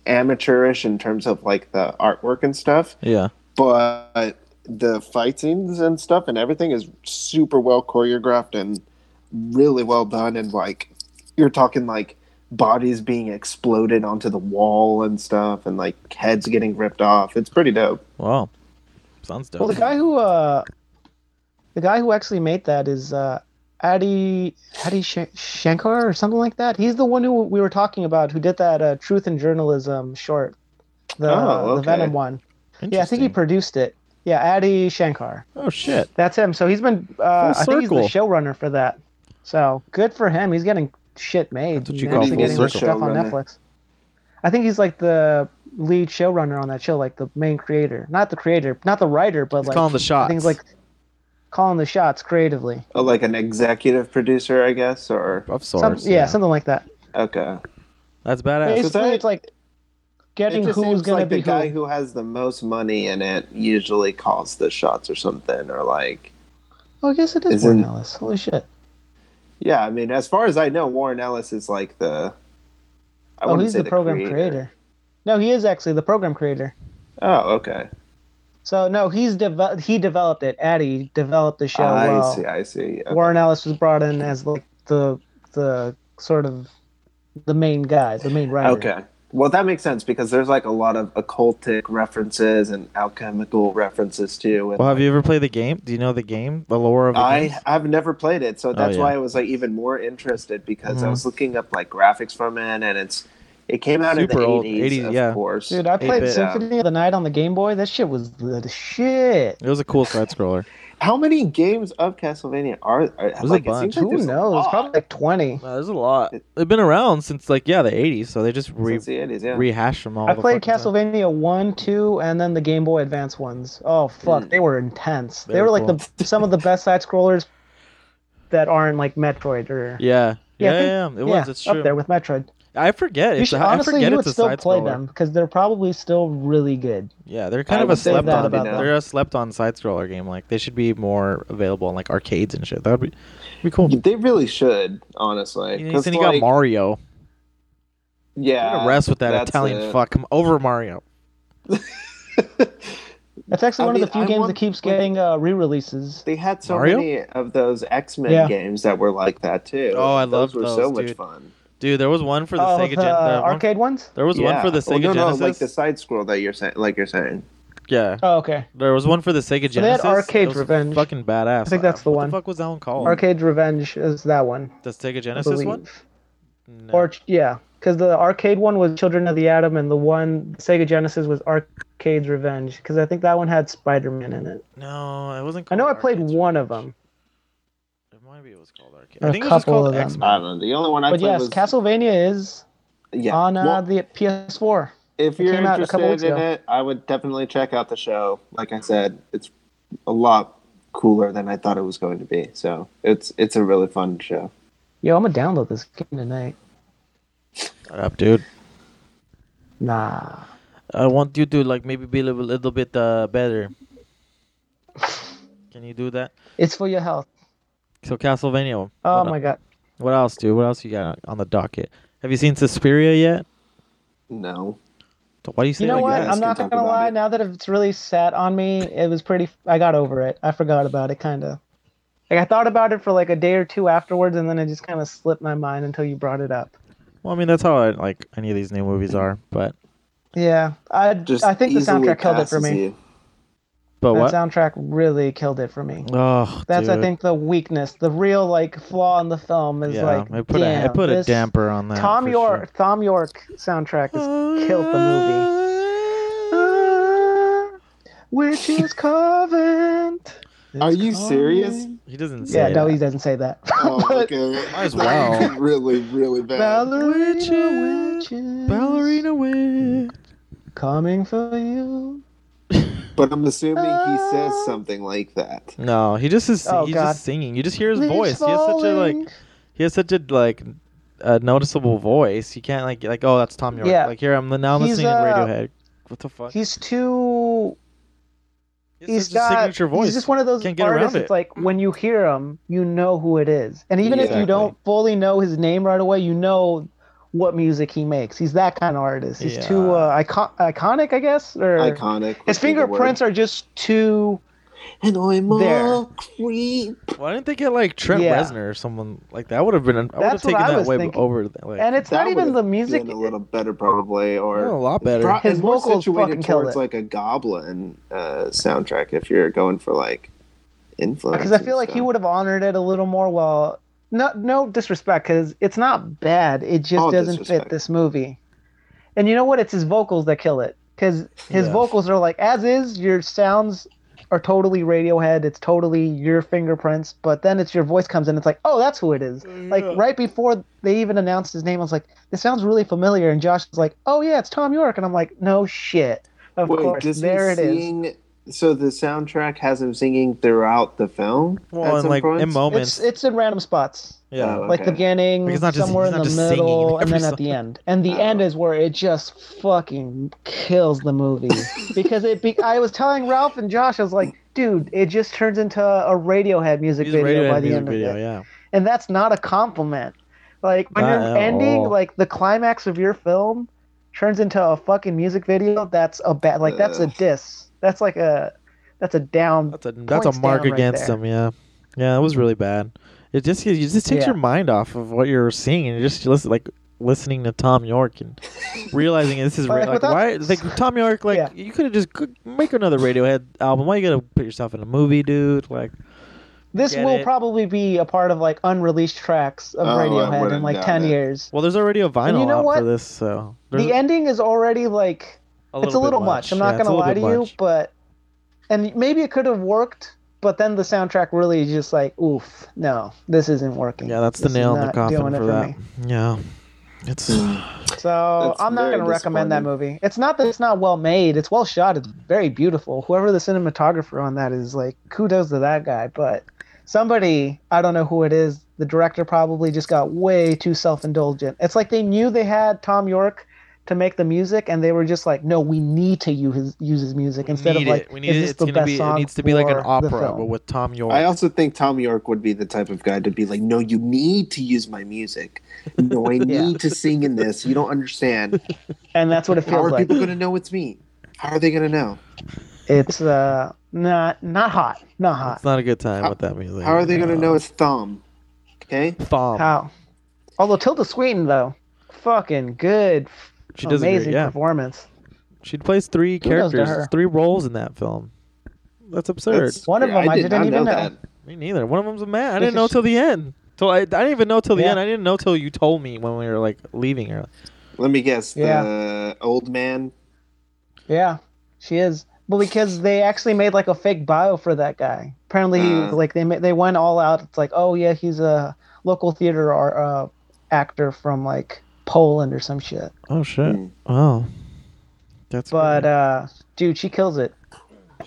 amateurish in terms of like the artwork and stuff. Yeah. But the fight scenes and stuff and everything is super well choreographed and really well done. And like you're talking like bodies being exploded onto the wall and stuff, and like heads getting ripped off. It's pretty dope. Wow. Sounds dope. Well, the guy who uh, the guy who actually made that is uh, Adi Adi Sh- Shankar or something like that. He's the one who we were talking about who did that uh, Truth in Journalism short, the, Oh, the okay. Venom one. Yeah, I think he produced it. Yeah, Adi Shankar. Oh shit. That's him. So he's been. Uh, Full I think he's the circle. showrunner for that. So good for him. He's getting shit made. what He's you call actually full getting this circle. stuff on Showrunner. Netflix. I think he's like the lead showrunner on that show, like the main creator, not the creator, not the writer, but like calling the shots. Things like calling the shots creatively. Oh, like an executive producer, I guess, or of Some, yeah, something like that. Okay. That's badass. Basically, it's like getting it just who's seems gonna like be the guy who. who has the most money in it usually calls the shots or something, or like Oh, I guess it is Isn't- Warren Ellis. Holy shit! yeah. I mean, as far as I know, Warren Ellis is like the I Oh, wouldn't he's say the program creator. creator. No, he is actually the program creator. Oh, okay. So no, he's devel- he developed it. Addy developed the show. I while see. I see. Okay. Warren Ellis was brought in as like the the sort of the main guy, the main writer. Okay. Well, that makes sense because there's like a lot of occultic references and alchemical references too. And Well, have you ever played the game? Do you know the game? The lore of the game? I I've never played it, so Oh, that's yeah. why I was like even more interested because I Mhm. was looking up like graphics from it, and it's it came out Super in the old, eighties, 80s, of yeah. course. Dude, I played 8-bit. Symphony of the Night on the Game Boy. That shit was the shit. It was a cool side scroller. How many games of Castlevania are? are There's a like, bunch. It seems like Who there's a knows? lot. Probably like twenty. there's a lot. They've been around since like yeah the 80s, so they just re- Since the 80s, yeah. rehash them all. I the played fucking time. Castlevania one, two, and then the Game Boy Advance ones. Oh Mm. fuck, they were intense. they Very were like the some of the best side scrollers that aren't like Metroid or Yeah, I yeah, think- yeah, It was. yeah, It's up true. there with Metroid. I forget. You It's should, a, I honestly, forget you it's would a still side play scroller. them because they're probably still really good. Yeah, they're I kind of a would say slept that on. about them. They're a slept on side scroller game. Like they should be more available in like arcades and shit. That would be be cool. They really should, honestly. And 'cause, then you got like, Mario. Yeah, Gotta rest with that that's Italian it. fuck. Come over Mario. That's actually I one mean, of the few I games want- that keeps getting uh, re-releases. They had so Mario? many of those X Men Yeah. games that were like that too. Oh, I love those. Were so those, much dude. fun. Dude, there was one for the Oh, Sega the Gen. there- one- arcade ones. There was one for the Well, Sega no, Genesis. No, like the side scroll that you're saying, like you're saying. Yeah. Oh, okay. There was one for the Sega Genesis. So they had Arcade It was Revenge. Fucking badass. Uh, I think that's the what one. The fuck was that one called? Arcade Revenge is that one. The Sega I Genesis one. believe. Or ch- yeah, because the arcade one was Children of the Atom, and the one Sega Genesis was Arcade's Revenge, because I think that one had Spider-Man in it. No, it wasn't. I Called know I played one of them. It might be it was called Arcade. Or I a think it was just couple called of them. X Men. I don't know. The only one I but played yes, was Castlevania is yeah. on uh, Well, the PS4. if it you're came out a couple interested in weeks ago. it, I would definitely check out the show. Like I said, it's a lot cooler than I thought it was going to be. So it's it's a really fun show. Yo, I'm gonna download this game tonight. Shut up, dude. Nah. I want you to like maybe be a little, little bit uh, better. Can you do that? It's for your health. So Castlevania. Oh what, my god. What else, dude? What else you got on the docket? Have you seen Suspiria yet? No. Why do you say You know it what? like that? I'm not can talk gonna about lie. Now that it's really sat on me, it was pretty. I got over it. I forgot about it, kind of. Like I thought about it for like a day or two afterwards, and then it just kind of slipped my mind until you brought it up. Well, I mean that's how I, like any of these new movies are, but Yeah, I Just I think the easily soundtrack killed it for passes me. you. but The what? soundtrack really killed it for me. oh, That's I dude. think the weakness, the real like flaw in the film is Yeah, like it put a damn, it put a this- damper on that. Tom for York, Tom York soundtrack has killed the movie. Which is Covent. Are you serious? Sure. He doesn't say. Yeah, no, that. he doesn't say that. Oh, okay. as well. really, really bad. Ballerina witches, ballerina witch, coming for you. But I'm assuming he says Uh, something like that. No, he just is. Oh, he's God. just singing. You just hear his Leaves voice. He has such a like. falling. He has such a like. A noticeable voice. You can't like like oh that's Tom York. Yeah. Like here I'm now I'm He's, listening uh, to Radiohead. What the fuck? He's too. he's such a got signature voice. He's just one of those Can't get around artists. it. It's like when you hear him, you know who it is, and even if Exactly. you don't fully know his name right away, you know what music he makes. He's that kind of artist. He's too uh, icon- iconic, I guess, or Iconic. would be his the fingerprints word. are just too. And I'm there. all creep. Why didn't they get like Trent Yeah. Reznor or someone like that? Would have been. I would have That's what taken I that was way thinking. over. th- Like And it's That not even would've the music. been a little better probably, or a lot better. Pro- His and more vocals situated fucking killed towards it. like a goblin uh, soundtrack if you're going for like influence. because I feel like he would have honored it a little more. Well, no, no disrespect, because it's not bad. It just Oh, doesn't disrespect. fit this movie. And you know what? It's his vocals that kill it, because his Yeah. vocals are like as is. Your sounds are totally Radiohead. It's totally your fingerprints. But then it's your voice comes in. It's like, oh, that's who it is. Like right before they even announced his name, I was like, this sounds really familiar. And Josh was like, oh yeah, it's Tom York. And I'm like, no shit. Of Wait, course, does he there it is. sing- So the soundtrack has him singing throughout the film. Well, at and, some like, points? in moments. It's, it's in random spots. Yeah. Oh, Like okay. the beginning, Like, it's not just- somewhere he's in not the just singing middle, and every then at the song. end. And the end is where it just fucking kills the movie because it. Be- I was telling Ralph and Josh, I was like, dude, it just turns into a Radiohead music He's a video by the Radiohead music end video, of it, yeah. and that's not a compliment. Like when Not you're at ending, all. like the climax of your film turns into a fucking music video. That's a bad. Like that's a Ugh. diss. That's like a. That's a down. That's a That's a mark against him. Yeah, yeah, that was really bad. It just it just takes Yeah. your mind off of what you're seeing and you're just listen, like listening to Tom York and realizing this is But, ra- like, like without- why like Tom York like you could have just c- make another Radiohead album. Why you gotta put yourself in a movie, dude? Like This Get will it. probably be a part of like unreleased tracks of Oh, I Radiohead in wouldn't like doubt ten it. years. well, there's already a And vinyl you know out what? for this, so there's- The ending is already like A it's a little bit little much. much. I'm Yeah, not it's a gonna little lie to bit you, much. but and maybe it could have worked, but then the soundtrack really is just like, oof, no, this isn't working. Yeah, that's the nail in the coffin for, that. Me. Yeah, it's So That's I'm not very gonna recommend that disappointing. movie. It's not that it's not well made. It's well shot. It's very beautiful. Whoever the cinematographer on that is, like, kudos to that guy. But somebody, I don't know who it is. The director probably just got way too self-indulgent. It's like they knew they had Tom York to make the music, and they were just like, "No, we need to use his, use his music instead need of like, it. We need is it. this It's the gonna best be it song needs to be like an for the opera, film? but with Tom York. I also think Tom York would be the type of guy to be like, "No, you need to use my music. No, I need to sing in this. You don't understand." And that's what it How feels are like. people going to know it's me? How are they going to know? It's uh, not not hot, not hot. It's not a good time with that music. How are they going to know it's Thumb? Okay, Thumb. How? Although Tilda Swinton though, fucking good. She does a great- amazing yeah. performance. She plays three Kudos to characters, her. three roles in that film. That's absurd. That's- One of yeah, them I I did didn't not even know know. that. Me neither. One of them's a man. I This didn't know is- till the end. Till I, I didn't even know till the Yeah. end. I didn't know till you told me when we were like leaving. Or let me guess. Yeah. The old man. Yeah, she is. Well, because they actually made like a fake bio for that guy. Apparently, he, Mm. Uh. like they ma- they went all out. It's like, oh yeah, he's a local theater or uh, actor from like Poland or some shit. oh shit! Oh, that's Hmm. But uh, dude, she kills it.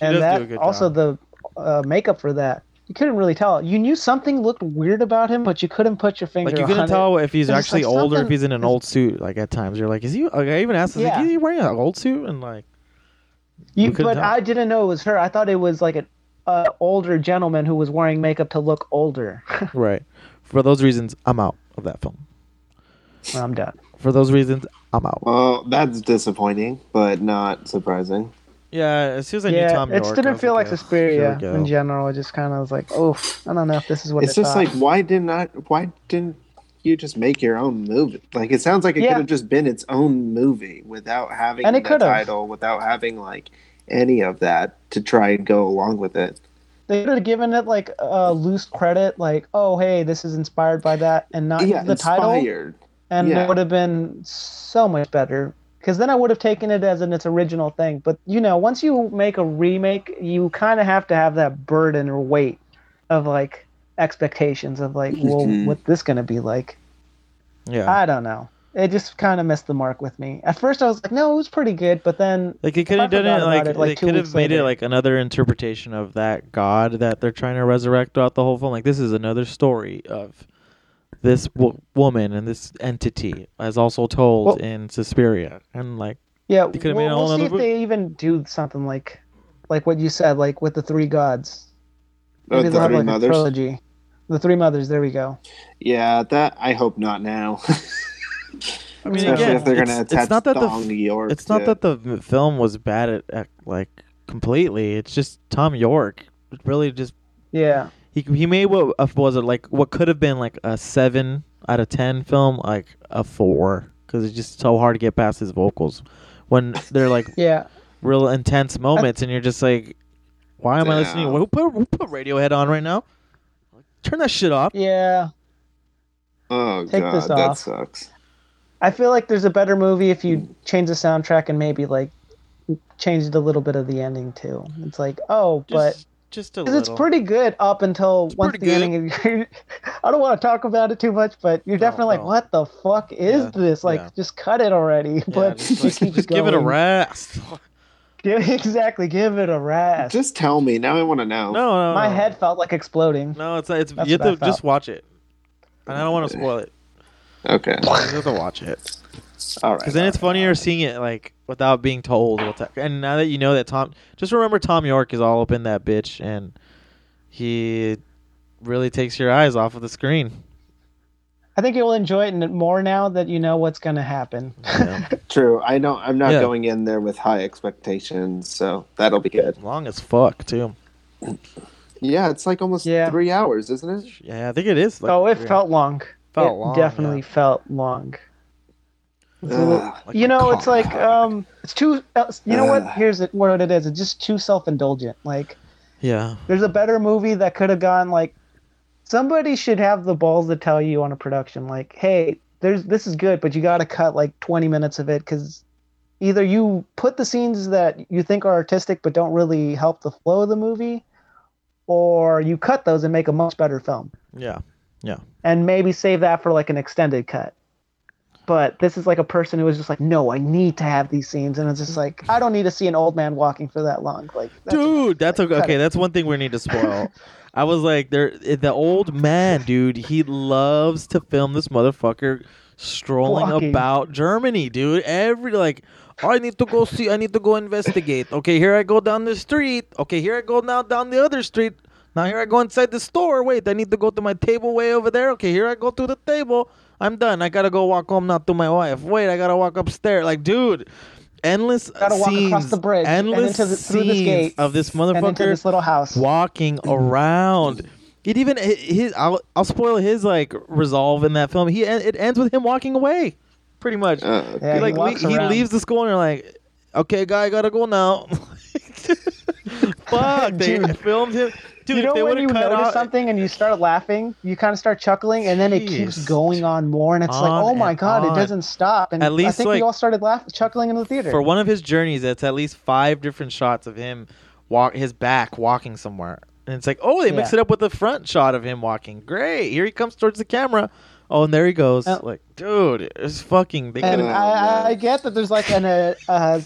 and does that do a good also the uh, makeup for that. You couldn't really tell. You knew something looked weird about him, but you couldn't put your finger. like you on couldn't it. tell if he's It was just actually like old or if something- he's in an old suit. Like at times you're like, is he? Like I even asked, is Yeah. he wearing an old suit? And like, You, You but couldn't tell. I didn't know it was her. I thought it was like an uh, older gentleman who was wearing makeup to look older. right. For those reasons, I'm out of that film. I'm done. For those reasons, I'm out. Well, Oh, that's disappointing, but not surprising. Yeah, as soon as I yeah, knew Tom it York, I didn't was feel like "Oh, Suspiria here we in go." general. It just kind of was like, oh, I don't know if this is what it's I just thought. like why did not why didn't you just make your own movie? Like it sounds like it Yeah. could have just been its own movie without having And it the could've. title, without having like any of that to try and go along with it. they could have given it like a loose credit, like, oh, hey, this is inspired by that, and not yeah, Uh, the title, inspired. and Yeah. it would have been so much better. Because then I would have taken it as in its original thing. But you know, once you make a remake, you kind of have to have that burden or weight of like expectations of like, Mm-hmm. well, Mhm. what's this gonna be like? Yeah. I don't know. It just kind of missed the mark with me. At first, I was like, no, it was pretty good, but then Like they could I have done forgot it about like, it, like, they two could have weeks made it later. like another interpretation of that god that they're trying to resurrect throughout the whole film. Like this is another story of this w- woman and this entity, as also told Well- in Suspiria, and like yeah, they could have we'll, made a whole we'll see other if they even do something like, like what you said, like with the three gods. Oh, the they'll have, three like, a mothers? trilogy. The three mothers. There we go. Yeah, that I hope not now. I mean, Especially again, if they're gonna it's- it's attach not that the Thong f- to York. It's not to- that the v- film was bad at, at like completely. It's just Tom York really just Yeah. he he made what uh, was it like what could have been like a seven out of ten film like a four because it's just so hard to get past his vocals when they're like yeah real intense moments and you're just like Why am I Yeah. listening? Who put, who put Radiohead on right now? Turn that shit off. Yeah. Oh Take god, this that off. sucks. I feel like there's a better movie if Hmm. you change the soundtrack and maybe like changed a little bit of the ending too. It's like, oh, but just a 'cause it's pretty good up until once the ending. Is, I don't want to talk about it too much, but you're definitely like, what the fuck is this? Like, just cut it already. but just, like, just give it a rest. exactly, give it a rest. Just tell me now. I want to know. No, no, My no. head felt like exploding. No, it's not. It's That's you have what I to just felt. watch it. And I don't want to spoil it. Okay. You just have to watch it. All right. Because then it's funnier seeing it like without being told what's up. And now that you know that Tom, just remember Tom York is all up in that bitch, and he really takes your eyes off of the screen. I think you'll enjoy it n- more now that you know what's going to happen. True. I know. I'm not Yeah. going in there with high expectations, so that'll be good. Long as fuck too. Yeah, it's like almost three hours, isn't it? Yeah, I think it is. Like, oh, it felt long. Felt it long, Definitely felt long. It's a little- Ugh. you know, it's like um, it's too. uh, You know what? Here's it, what it is. It's just too self-indulgent. Like, Yeah. there's a better movie that could have gone. Like, somebody should have the balls to tell you on a production, like, hey, there's this is good, but you got to cut like 20 minutes of it because either you put the scenes that you think are artistic but don't really help the flow of the movie, or you cut those and make a much better film Yeah. Yeah. and maybe save that for like an extended cut. But this is like a person who was just like, no, I need to have these scenes, and it's just like, I don't need to see an old man walking for that long. Like, that's- dude, that's okay. cut okay it. that's one thing we need to spoil. I was like, there, the old man, dude. He loves to film this motherfucker strolling Walking. about Germany, dude. Every like, I need to go see. I need to go investigate. Okay, here I go down the street. Okay, here I go now down the other street. Now here I go inside the store. Wait, I need to go to my table way over there. Okay, here I go to the table. I'm done. I gotta go walk home now to my wife. Wait, I gotta walk upstairs. Like, dude, endless gotta walk scenes, across the bridge and endless into the- through this scenes gate of this and motherfucker into this little house walking around. It even hi- his I'll, I'll spoil his like resolve in that film. He it ends with him walking away, pretty much. Yeah, he like walks he around. leaves the school and you're like, okay, guy, gotta go now. Fuck, they Dude. filmed him. Dude, you know if they when would you have cut notice out, something and you start laughing, you kind of start chuckling, and then it keeps Jeez. going on more, and it's like, On oh my and god, on. it doesn't stop. And At I least, think we like, all started laughing, chuckling in the theater. for one of his journeys, that's at least five different shots of him walk his back walking somewhere, and it's like, oh, they mix Yeah. it up with the front shot of him walking. Great, here he comes towards the camera. Oh, and there he goes. Uh, like, dude, it's fucking. They and could've- I, I, I get that there's like an a, a,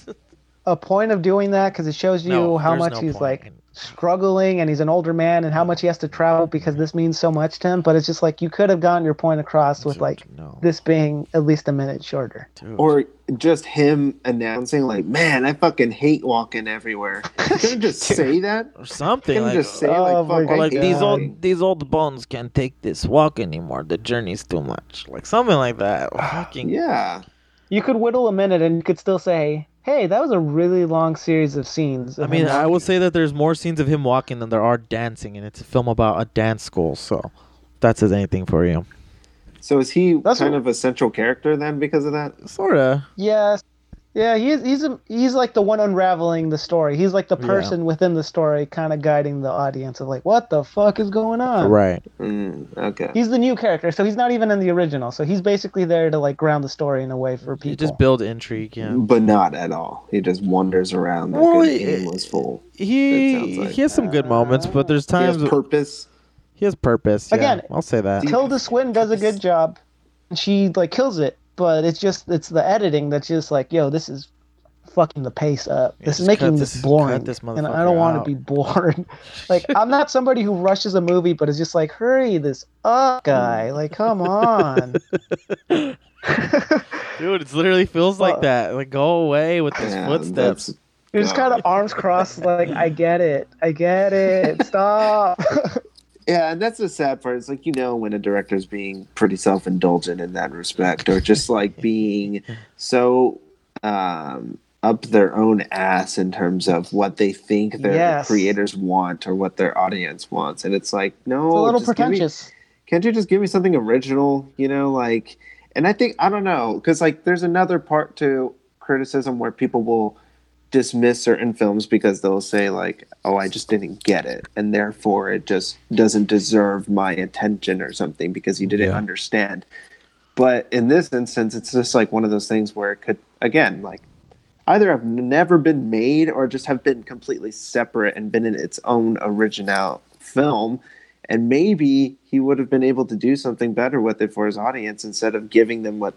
a point of doing that because it shows you No, how there's much no he's point. like struggling and he's an older man and how much he has to travel because this means so much to him but it's just like you could have gotten your point across with like this being at least a minute shorter Or just him announcing, like, "Man, I fucking hate walking everywhere." Can you just say that? Or something Can like, you just say, "Oh like, "Fuck, I or like, hate these walking." old these old bones can't take this walk anymore. The journey's too much. Like something like that. Fucking yeah. you could whittle a minute and you could still say hey that was a really long series of scenes I mean, I will say that there's more scenes of him walking than there are dancing, and it's a film about a dance school, so that says anything for you. So is he kind of a central character then because of that? Sorta. Yes. Yeah, he's he's a, he's like the one unraveling the story. He's like the Yeah. person within the story, kind of guiding the audience of like, what the fuck is going on? Right. Mm, okay. He's the new character, so he's not even in the original. So he's basically there to like ground the story in a way for people. Just build intrigue, yeah. But not at all. He just wanders around like Well, an he- aimless fool. He sounds like- he has some good moments, but there's He has times purpose. He has purpose. yeah, Again, I'll say that. Tilda Swinton does a good job. and She like kills it, but it's just it's the editing that's just like, yo, this is fucking the pace up. this is just making cut this this- boring, cut this and I motherfucker don't want out. to be bored. like I'm not somebody who rushes a movie, but it's just like, hurry this up, guy. Like come on. Dude, it literally feels like that. Like go away with those footsteps. You're just kind of arms crossed, like I get it, I get it. Stop. Yeah, and that's the sad part. It's like you know when a director's being pretty self-indulgent in that respect, or just like being so um, up their own ass in terms of what they think their Yes. creators want or what their audience wants, and it's like no, it's a little just give me- pretentious. can't you just give me something original you know like and i think i don't know because like there's another part to criticism where people will dismiss certain films because they'll say like, "Oh, I just didn't get it," and therefore it just doesn't deserve my attention or something because you didn't Yeah. understand. But in this instance, it's just like one of those things where it could again like either have never been made or just have been completely separate and been in its own original film. And maybe he would have been able to do something better with it for his audience instead of giving them what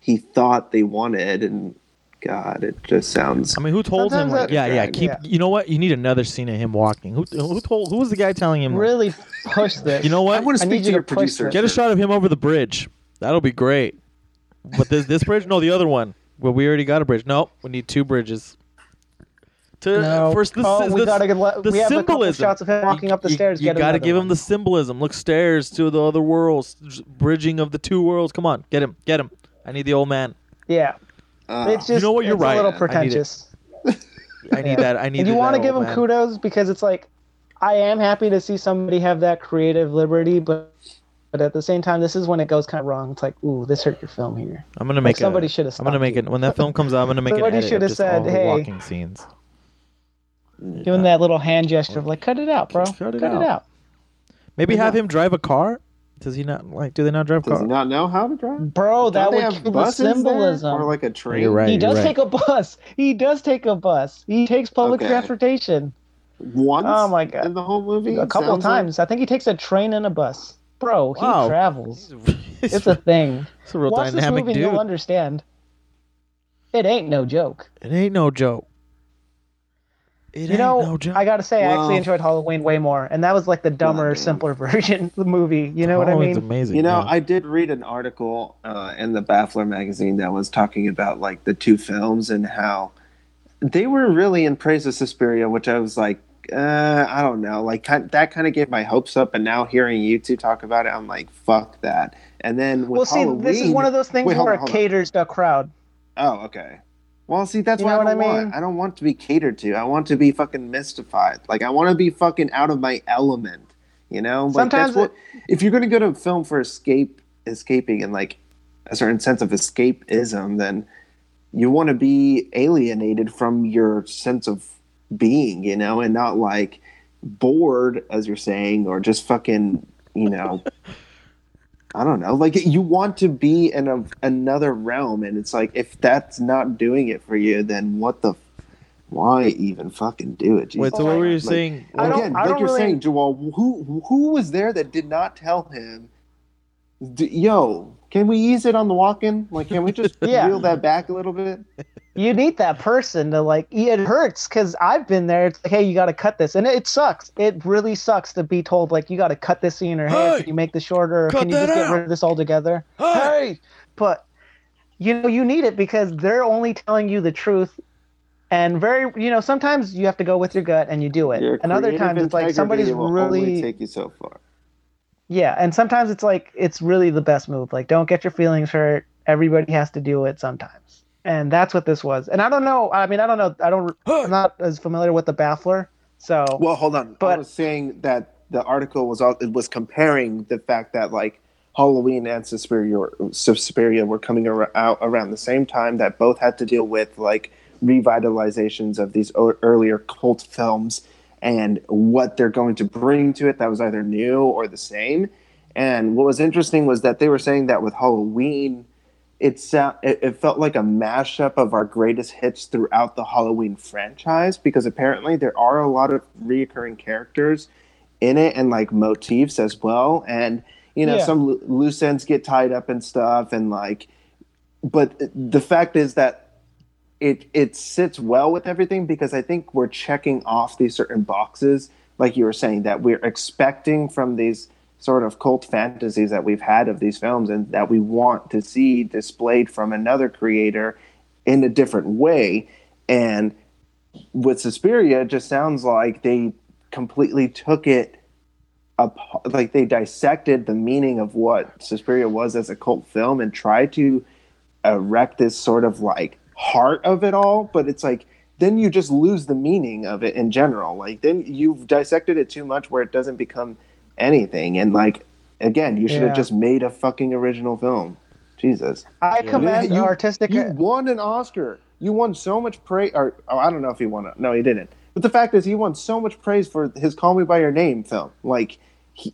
he thought they wanted. And God, it just sounds. I mean, who told him? Like, yeah, yeah. Keep. You know what? You need another scene of him walking. Who, who told? Who was the guy telling him? Really push this. You know what? I wanna I speak need to you your to push producer. this. Get a shot of him over the bridge. That'll be great. But this this bridge? No, the other one. Well, we already got a bridge. No, we need two bridges. To uh, No. first, this, Oh, is- we this- gotta get le- the we have a couple symbolism. shots of him walking up the stairs, You get gotta another give him the symbolism. Look stairs to the other worlds, just bridging of the two worlds. Come on, get him, get him. I need the old man. Yeah. it's just Uh, you know what? You're it's right. a little I need it. pretentious. I need that. I need. and you that want to give old him man. kudos because it's like, I am happy to see somebody have that creative liberty, but but at the same time, this is when it goes kind of wrong. It's like, ooh, this hurt your film here. I'm gonna like make. somebody a, should have. I'm gonna make it when that film comes out. I'm gonna make Somebody an edit should have of just said, all the "Hey." walking scenes. doing that little hand gesture of like, cut it out, bro, Cut it Cut out. it out. Maybe Why have him drive a car. Does he not like? Do they not drive cars? not know how to drive? Bro, that they would have kill the buses there? symbolism. Or like a train? You're right, he you're does right. take a bus. He does take a bus. He takes public Okay. transportation. Once? Oh my god! In the whole movie, a couple of Sounds like- times. I think he takes a train and a bus. Bro, he Wow. travels. it's a thing. It's a real Watch this dynamic movie, and dude. you'll understand. It ain't no joke. It ain't no joke. It you know, I gotta say, I actually Wow. enjoyed Halloween way more, and that was like the dumber, simpler version of the movie. You know what I mean? You know, I did read an article uh, in the Baffler magazine that was talking about like the two films and how they were really in praise of Suspiria, which I was like, uh, I don't know, like kind that kind of gave my hopes up. And now hearing you two talk about it, I'm like, fuck that. And then with well, see, Halloween, this is one of those things Wait, hold where on, hold it on. caters to a crowd. Oh, okay. Well, see, that's You what, know I, what don't I mean? want. I don't want to be catered to. I want to be fucking mystified. Like I want to be fucking out of my element. You know. Like, Sometimes that's what, if you're gonna go to film for escape, escaping, and like a certain sense of escapism, then you want to be alienated from your sense of being. You know, and not like bored, as you're saying, or just fucking, you know. I don't know. Like you want to be in a, another realm, and it's like if that's not doing it for you, then what the, f- why even fucking do it? Jesus Wait, so what were you Christ. Like, saying? Again, I don't- I like don't you're really- saying, Joel, who who was there that did not tell him, D- yo, can we ease it on the walk-in? Like, can we just Yeah. reel that back a little bit? You need that person to like. It hurts because I've been there. It's like, hey, you got to cut this, and it sucks. It really sucks to be told like you got to cut this scene, or hey, Hey, can you make this shorter, or cut can you that just get out. rid of this altogether? Hey, but you know you need it because they're only telling you the truth. And very, you know, sometimes you have to go with your gut and you do it. Your and other creative times it's like integrity somebody's will really only take you so far. Yeah, and sometimes it's like it's really the best move. Like, don't get your feelings hurt. Everybody has to do it sometimes, and that's what this was. And I don't know. I mean, I don't know. I don't. I'm not as familiar with the Baffler, so. Well, hold on. I was saying that the article was all it was comparing the fact that like Halloween and Suspiria, Suspiria were coming ar- out around the same time that both had to deal with like revitalizations of these o- earlier cult films and what they're going to bring to it that was either new or the same. And what was interesting was that they were saying that with Halloween, it sound it, it felt like a mashup of our greatest hits throughout the Halloween franchise because apparently there are a lot of reoccurring characters in it and like motifs as well and you know Yeah. some lo- loose ends get tied up and stuff and like but the fact is that it it sits well with everything because I think we're checking off these certain boxes, like you were saying, that we're expecting from these sort of cult fantasies that we've had of these films and that we want to see displayed from another creator in a different way. And with Suspiria, it just sounds like they completely took it up, like they dissected the meaning of what Suspiria was as a cult film and tried to erect this sort of like heart of it all, but it's like then you just lose the meaning of it in general. Like then you've dissected it too much where it doesn't become anything. And like again, you should Yeah. have just made a fucking original film. Jesus. I commend you, artistic. You won an Oscar. you won so much praise, or oh, I don't know if he won it. No, he didn't. But the fact is, he won so much praise for his "Call Me by Your Name" film. Like,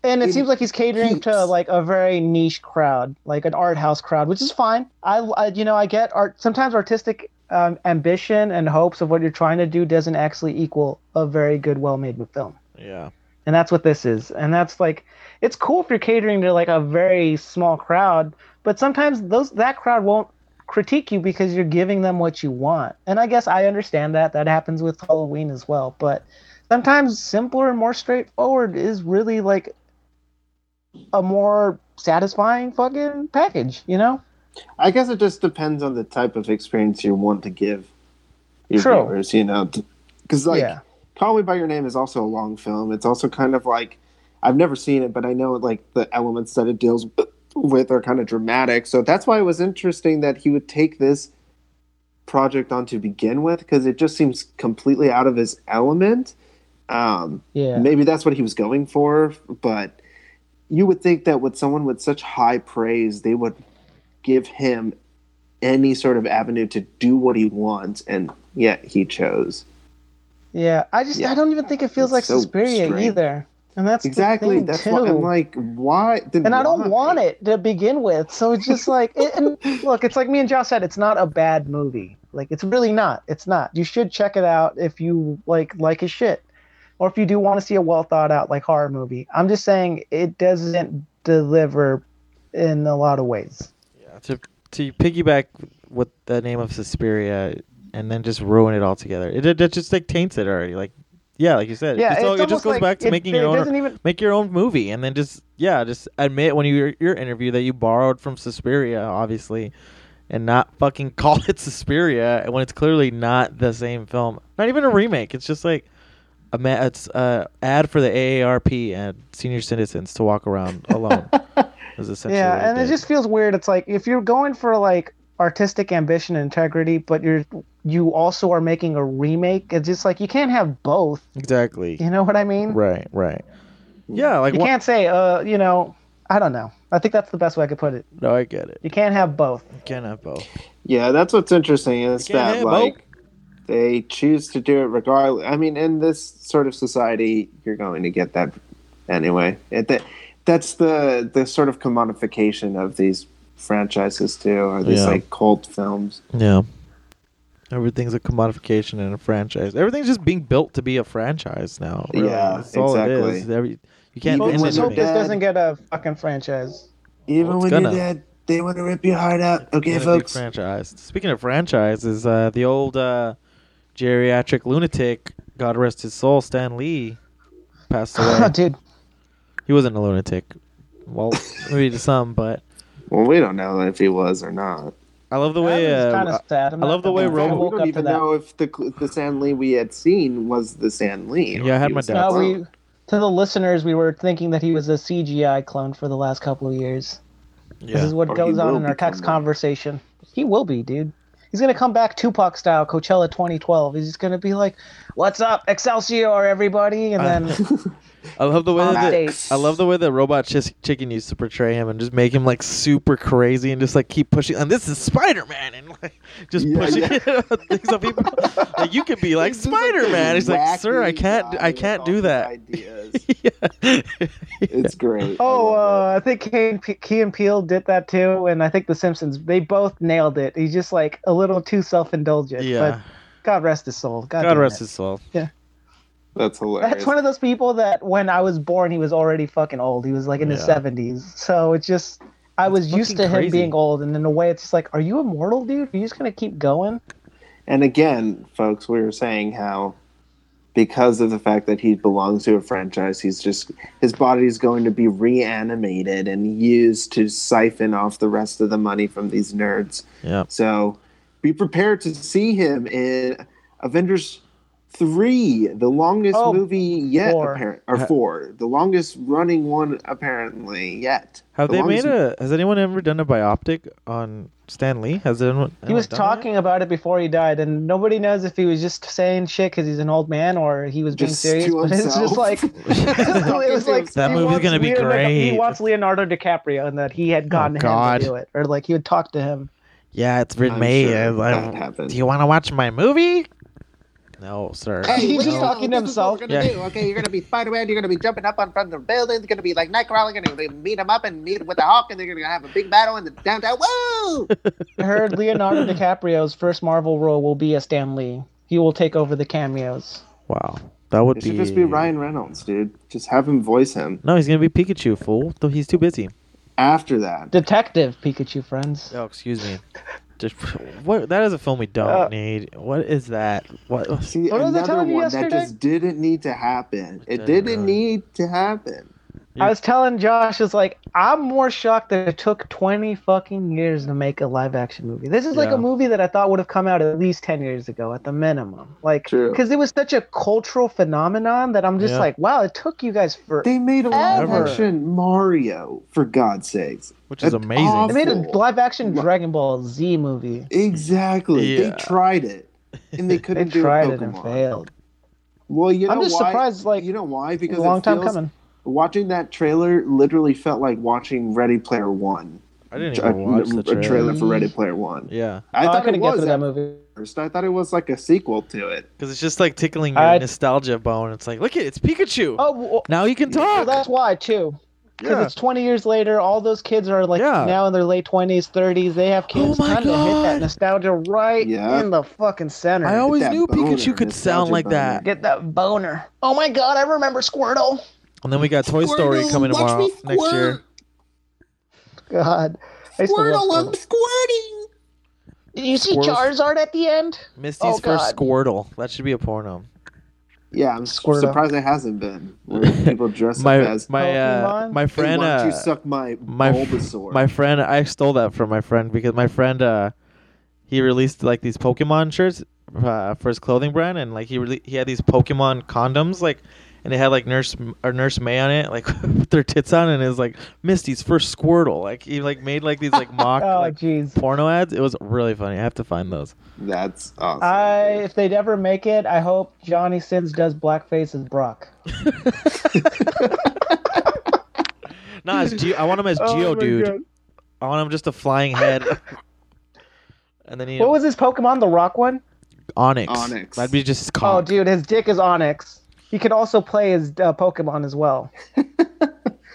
and it seems like he's catering to like a very niche crowd, like an art house crowd, which is fine. I, I you know, I get art. Sometimes artistic um, ambition and hopes of what you're trying to do doesn't actually equal a very good, well-made film. Yeah. And that's what this is. And that's like, it's cool if you're catering to like a very small crowd, but sometimes those that crowd won't critique you because you're giving them what you want. And I guess I understand that. That happens with Halloween as well. But sometimes simpler and more straightforward is really like a more satisfying fucking package, you know? I guess it just depends on the type of experience you want to give your True. viewers. You know, because like Yeah. "Call Me by Your Name" is also a long film. It's also kind of like I've never seen it, but I know like the elements that it deals with are kind of dramatic. So that's why it was interesting that he would take this project on to begin with because it just seems completely out of his element. Um, Yeah. Maybe that's what he was going for, but you would think that with someone with such high praise, they would give him any sort of avenue to do what he wants, and yet he chose. Yeah. I just I don't even think it feels like so Suspiria strange. either. And that's the Exactly. thing, That's too. why I'm like, why? Then and I why? don't want it to begin with. So it's just like, it, and look, it's like me and Josh said, it's not a bad movie. Like it's really not. It's not. You should check it out if you like like his shit, or if you do want to see a well thought out like horror movie. I'm just saying it doesn't deliver in a lot of ways. to to piggyback with the name of Suspiria and then just ruin it all together. It, it, it just like taints it already. Like yeah, like you said, Yeah, it's all- it's it almost just goes like back to it- making it your own doesn't even- make your own movie and then just yeah, just admit when you your interview that you borrowed from Suspiria, obviously, and not fucking call it Suspiria when it's clearly not the same film. Not even a remake. It's just like a ma- it's a ad for the AARP and senior citizens to walk around alone. is essentially what Yeah, and did. it just feels weird. It's like if you're going for like artistic ambition and integrity, but you're you also are making a remake. It's just like you can't have both. exactly You know what I mean? right, right. Yeah, like you wha- can't say, uh, you know, I don't know. I think that's the best way I could put it. No, I get it. You can't have both. Can't have both. Yeah, that's what's interesting is You can't that have like they choose to do it regardless. I mean, in this sort of society, you're going to get that anyway. It, that that's the the sort of commodification of these franchises too, or these Yeah. like cult films. Yeah. Everything's a commodification and a franchise. Everything's just being built to be a franchise now. really. Yeah, That's all it exactly. is. Every- you can't Folks, end let's hope anything. this doesn't get a fucking franchise. Even it's when gonna. you're dead, they want to rip your heart out. Okay, It's gonna be folks. franchised. Speaking of franchises, uh, the old uh, geriatric lunatic, God rest his soul, Stan Lee, passed away. Oh, Dude. He wasn't a lunatic. Well, maybe to some, but Well, we don't know if he was or not. I love the way. It's Uh, kind of sad. I'm I not- love the way I'm glad I Robo. we woke up don't to even that. know if the the San Lee we had seen was the San Lee. or Yeah, I if had he my was dad- No, clone. we, to the listeners, we were thinking that he was a CGI clone for the last couple of years. This is what Or he goes on will in our become text one. conversation. He will be, dude. He's gonna come back Tupac style, Coachella 2012. He's just gonna be like, "What's up, Excelsior, everybody!" And then I love the way on that stage. I love the way that Robot Chis- Chicken used to portray him and just make him like super crazy and just like keep pushing. And this is Spider Man and like just Yeah, pushing yeah. things on people. Like you could be like He's just like this Spider Man. He's like, sir, I wacky can't, guy I with can't all do these that. Ideas. Yeah. It's great. Oh, uh, I think Key and, P- Key and Peele did that too, and I think The Simpsons. They both nailed it. He's just like a little too self-indulgent. Yeah. But God rest his soul. God, God damn rest it. his soul. That's hilarious. That's one of those people that when I was born, he was already fucking old. He was like in his Yeah. seventies. So it's just I was used to fucking him crazy. being old, and in a way, it's just like, are you immortal, dude? Are you just gonna keep going? and again, folks, we were saying how because of the fact that he belongs to a franchise, he's just his body is going to be reanimated and used to siphon off the rest of the money from these nerds. Yeah. So be prepared to see him in Avengers three, the longest Oh, movie yet, four. apparent or four, the longest running one apparently yet. Have The they made longest- a? Has anyone ever done a biopic on Stan Lee? Has anyone? He was anyone done talking about it before he died, and nobody knows if he was just saying shit because he's an old man or he was being Just serious. to But it's just himself. like it was like That he movie's wants gonna be Leonardo- great. Oh, he wants Leonardo DiCaprio, and that he had gotten him God. to do it, or like he would talk to him. Yeah, it's been I'm me. sure I- I- that happened. do you want to watch my movie? No, sir. he's No. just talking to himself. We're gonna do okay. You're gonna be Spider-Man. You're gonna be jumping up on front of the buildings. You're gonna be like Nightcrawler. You're gonna meet him up and meet with the Hawk, and they're gonna have a big battle in the downtown. Woo! I heard Leonardo DiCaprio's first Marvel role will be a Stan Lee. He will take over the cameos. Wow, that would It should just be Ryan Reynolds, dude. Just have him voice him. No, he's gonna be Pikachu, fool. Though he's too busy. After that, Detective Pikachu friends. Oh, excuse me. Just what? That is a film we don't Uh, need. What is that? What? See, another one that just didn't need to happen. It didn't didn't need to happen. I was telling Josh, it's like I'm more shocked that it took 20 fucking years to make a live action movie. This is like Yeah. a movie that I thought would have come out at least 10 years ago at the minimum. Like True. cuz it was such a cultural phenomenon that I'm just Yeah. like, wow, it took you guys for They made a live Ever. action Mario, for God's sakes. Which is amazing. They made a live action Dragon Ball Z movie. Exactly. Yeah. They tried it, and they couldn't do tried Pokemon. it and failed. Well, you know I'm just why? surprised, like you know why? Because long it time feels- coming. Watching that trailer literally felt like watching Ready Player One. I didn't A- even watch the a trailer. trailer for Ready Player One. Yeah, I Oh, I thought it couldn't get was through that at movie. First, I thought it was like a sequel to it. because it's just like tickling your I- nostalgia bone. It's like, look at it's Pikachu. Oh, well, now you can Well, talk. that's why too. Because Yeah. it's 20 years later, all those kids are like Yeah. now in their late 20s, 30s. They have kids. my Time to hit that God. nostalgia right Yeah. in the fucking center. I always knew Pikachu could sound like that. Get that boner. Oh my god, I remember Squirtle. And then we got Toy Story Squirtle, coming watch tomorrow me next year. God. I used to love Squirtle, I'm Squirtle. squirting. Did you see Squirrels. Charizard at the end? Misty's Oh, God. first Squirtle. That should be a porno. Yeah, I'm Squirtle. surprised it hasn't been. Where people dress My- up as my, uh, Pokemon? my friend, Hey, why don't you uh, suck my my f- Bulbasaur? my friend I stole that from my friend because my friend uh he released like these Pokemon shirts uh, for his clothing brand and like he really he had these Pokemon condoms like and it had like nurse M- or nurse May on it like with their tits on and it was like Misty's first Squirtle like he like made like these like mock Oh, like jeez. porno ads it was really funny I have to find those That's awesome. I, if they'd ever make it, I hope Johnny Sins does blackface as Brock. nah it's Ge- I want him as Oh, Geo my God. dude I want him just a flying head and then he What was his Pokemon? The Rock one? Onyx Onyx. that'd be just his Oh, cock dude, his dick is Onyx. He could also play his uh, Pokemon as well.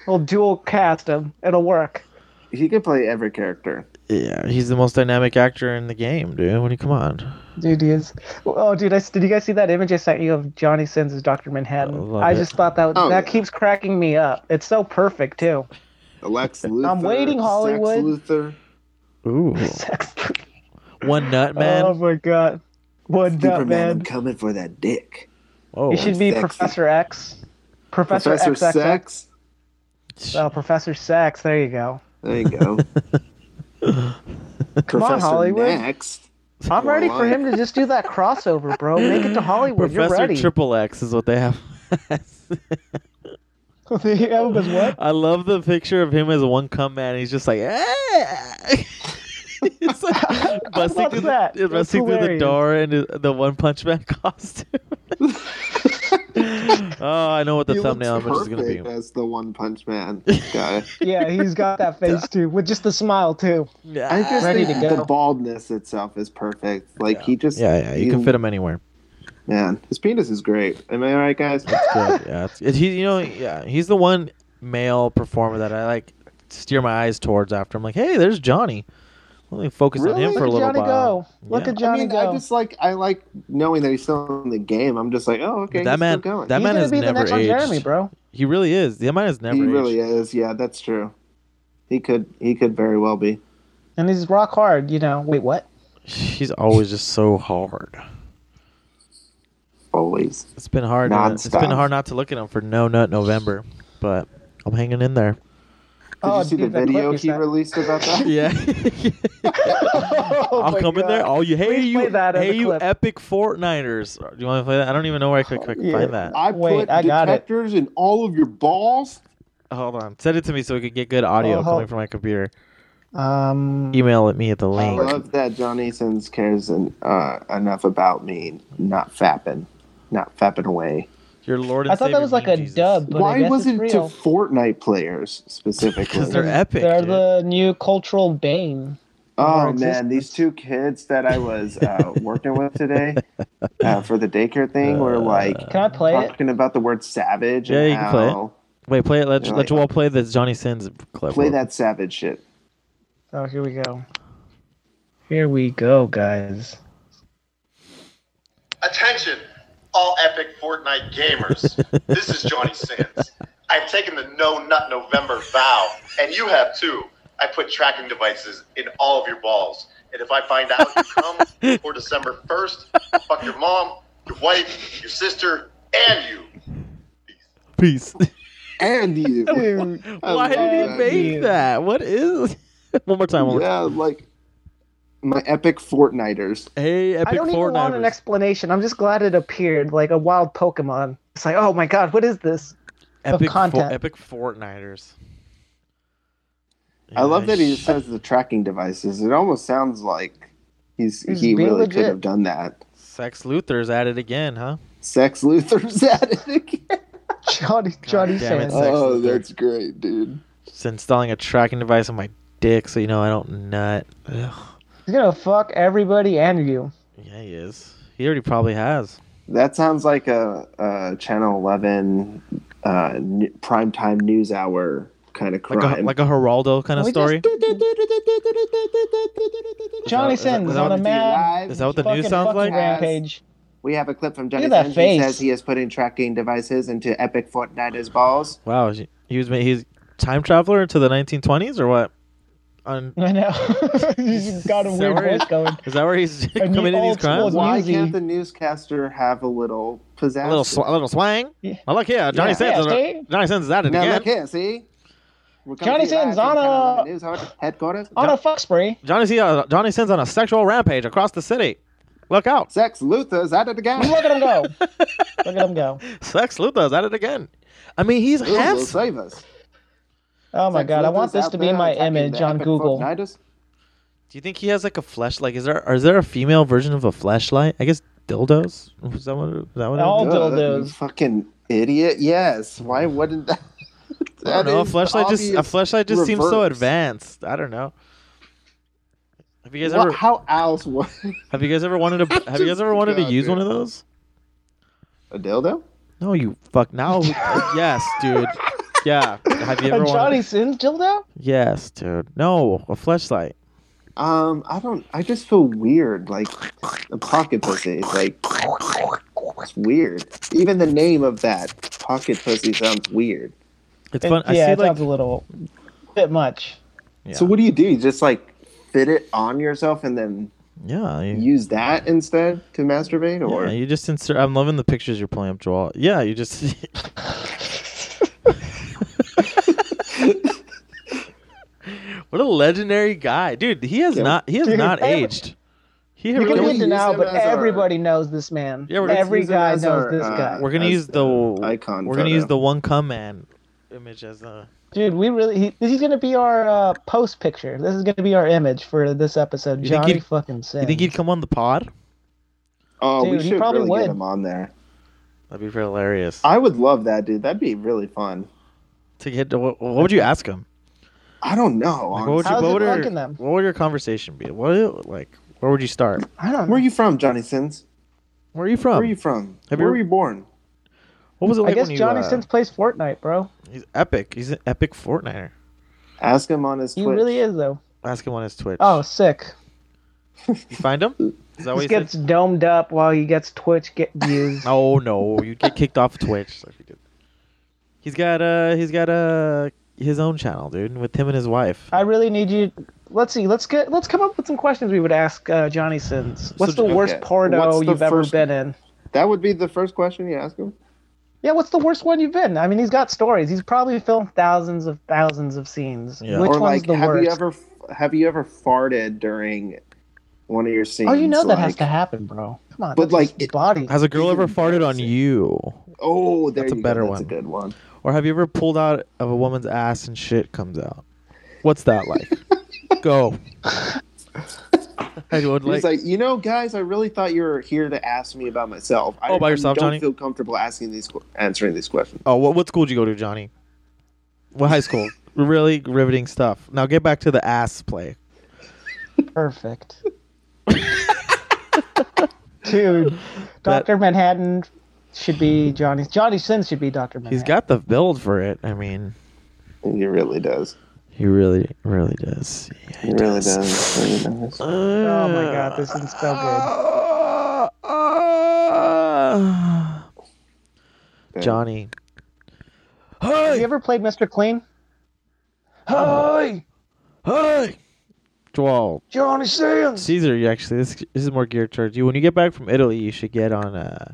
we'll dual cast him. It'll work. He could play every character. yeah he's the most dynamic actor in the game dude when you come on. Dude, he is. Oh, dude, I, s- did you guys see that image I sent you of Johnny Sins as Dr. Manhattan? love I it. just thought that Oh, that yeah. keeps cracking me up. It's so perfect, too. Lex Luthor. I'm waiting, Lex Hollywood. Luthor. Ooh. One nut man. Oh, my God. What up, Superman, man? I'm coming for that dick. Oh, He should be Sexy. Professor X. Professor, Professor XXX. Sex? Oh, Professor Sex. There you go. There you go. Come on, Hollywood. Next. I'm ready for Why? him to just do that crossover, bro. Make it to Hollywood. You're Professor ready. Triple X is what they have. they have him as what? I love the picture of him as one cum man. He's just like, "Eh." it's like busting, love through the, that. yeah, That's busting through the hilarious. door in his- the One Punch Man costume. oh, I know what the He thumbnail looks image is going to perfect be. as the One Punch Man guy. Yeah, he's got that face too, with just the smile too. Yeah, I just ready think to go. the baldness itself is perfect. Like he just Yeah, yeah, you he- can fit him anywhere. Man, his penis is great. Am I right, guys? Good, yeah, it's, it's- he, you know, yeah, he's the one male performer that I like steer my eyes towards after. I'm like, hey, there's Johnny. Let me focus on him Really? for a Look little at Johnny while. Look at I Johnny mean, go. I just like I like knowing that he's still in the game. I'm just like, oh, okay, that he's man, still going. that man has never aged. bro. He really is. That man has never He aged. really is. Yeah, that's true. He could he could very well be. And he's rock hard, you know. Wait, what? He's always just so hard. Always. It's been hard. uh, It's been Nonstop. hard not to look at him for No Nut November, but I'm hanging in there. Did you see the video he released about that? yeah. Oh I'll my come in there. God. Oh, you, hey Please you, play that as hey a you, clip. epic Fortniners. Do you want to play that? I don't even know where I could, I could find that. I Wait, put I got it. detectors in all of your balls. Hold on. Send it to me so we could get good audio Oh, hold- coming from my computer. Um, Email it me at the I link. love that Johnny Sins cares en- uh, enough about me not fapping, not fapping away. Your Lord and I thought that was like a dub, but I Why guess wasn't it's to real. Fortnite players specifically? Because they're epic. They're dude. the new cultural bane. Oh our man, these two kids that I was uh, working with today uh, for the daycare thing were like Uh, Can Uh-huh. I play it? talking about the word savage. Yeah, and you can play it. how- Wait, play it. Let's Yeah, let's like- all play the Johnny Sins clip. Play that savage shit. Oh, here we go. Here we go, guys. Attention, all epic Fortnite gamers. this is Johnny Sins. I've taken the No Nut November vow, and you have too. I put tracking devices in all of your balls. And if I find out you come before December 1st, fuck your mom, your wife, your sister, and you. Peace. And you. Why did he make that? What is? one more time. One more yeah, like my epic Fortniters. Hey, I don't even want an explanation. I'm just glad it appeared like a wild Pokemon. It's like, oh my god, what is this? Epic of Fo- content. epic Fortniters. I love that he says the tracking devices. It almost sounds like he's, He's he being really could legit. have done that. Sex Luthor's at it again, huh? Sex Luthor's at it again. Johnny Johnny damn it, Sins. Sex Oh, Luther. that's great, dude. Just installing a tracking device on my dick so you know I don't nut. Ugh. He's gonna fuck everybody and you. Yeah, he is. He already probably has. That sounds like a, a Channel 11 uh, n- primetime news hour kind of Like crime. a, like a Geraldo kind of We just story. Johnny Is that- Sins is that on a what- mad Is that what the fucking- news sounds like? fucking rampage. we have a clip from Johnny Look at that Sins. He face. says he is putting tracking devices into epic Fortnite's balls. Wow, he he was ma- he's time traveler into the 1920s or what? On I know. He's got a weird Is that where voice it- going. is that where he's And the committing these old school crimes? Why Newsy. can't the newscaster have a little pizzazz? A little sw- a little swang. Well, look here, Johnny Yeah. Sins. is- Yeah, see? Johnny Sins is at it now again. look here, see? We're coming Johnny to you live Sins from on Channel a- 11 News Hub- headquarters. On a fuck spree. Johnny Sins, Johnny Sins on a sexual rampage across the city. Look out! Sex Luthor's at it again. Look at him go. Look at him go. Sex Luthor's at it again. I mean, he's Google half. save us. Oh my Sex god, I want Luthor's this out to be there my attacking image the on epic Google. Fortniters. Do you think he has like a flesh? Like, is there is there a female version of a fleshlight? I guess dildos. Is that what? Is that what? it All is? Duh, dildos. you Fucking idiot. Yes. Why wouldn't that? I don't know. A is flashlight just a obvious flashlight just seems so reverse. advanced. I don't know. Have you guys What- ever How else would have you guys ever wanted to have you guys just- ever wanted to God, use dude. one of those? a dildo? No, you fuck. Now, uh, yes, dude. Yeah. Have you ever A Johnny wanted? Sins dildo? Yes, dude. No, a flashlight. Um, I don't. I just feel weird. Like a pocket pussy. It's like it's weird. Even the name of that pocket pussy sounds weird. It's fun. It- yeah, I it see like sounds a little bit much. So what do you do? You just like fit it on yourself and then yeah. You, use that instead to masturbate, or yeah, you just insert. I'm loving the pictures you're pulling up, Joel. Yeah, you just. what a legendary guy, dude. He has not. He has Dude, not every- aged. He You can really- read it now, him but as our- everybody knows this man. Yeah, we're gonna Every use him guy as knows our, this uh, guy. We're gonna as use the icon We're gonna use photo. the one cum man image as a. Dude, we really he, this is gonna be our uh, post picture. This is gonna be our image for this episode. You think Johnny he'd- fucking Sins. You think he'd come on the pod? oh, Dude, we he should probably really would. get him on there. That'd be hilarious. Uh, I would love that, dude. That'd be really fun. To get what, what would you ask him? I don't know. Like, what would you, How's what it would your- fucking them? what would your conversation be? What like where would you start? I don't Where are you from, Johnny Sins? Where are you from? Where are you from? Um, Have Where you- were you born? What was it I like guess when you? Johnny uh, Sins plays Fortnite, bro. he's epic. He's an epic Fortniter. Ask him on his He Twitch. really is though. Ask him on his Twitch. Oh, sick. you find him? Oh, Is that what He you said? gets domed up while he gets Twitch get views. No, no, you'd get kicked off Twitch if you did. He's got uh, he's got uh, his own channel, dude, with him and his wife. I really need you. Let's see. Let's get. Let's come up with some questions we would ask uh, Johnny Sins. What's So- the worst okay. porno What's the you've ever first- been in? That would be the first question you ask him. Yeah, what's the worst one you've been? I mean, he's got stories. He's probably filmed thousands of thousands of scenes. Yeah. Which or one's like, the have worst? you ever have you ever farted during one of your scenes? oh, you know that like, has to happen, bro. Come But on. But like, like it- body. Has a girl ever farted on you, oh, there That's a you better go. That's one. a good one. or have you ever pulled out of a woman's ass and shit comes out? What's that like? Go. I would He's like, you know, guys, I really thought you were here to ask me about myself. I, Oh, by yourself, I don't Johnny? feel comfortable asking these que- answering these questions. Oh, what what school did you go to, Johnny? What high school? really riveting stuff. Now get back to the ass play. Perfect. Dude, Dr. Manhattan should be Johnny. Johnny Sin should be Dr. Manhattan. He's got the build for it. I mean, he really does. He really, really does. Yeah, he, really does. Really does. oh my god, this is so uh, good. Johnny. Have you ever played Mr. Clean? Hey! Hey! Dwall. Johnny Sins! Caesar, you actually, this, this is more geared towards you. When you get back from Italy, you should get on. Uh,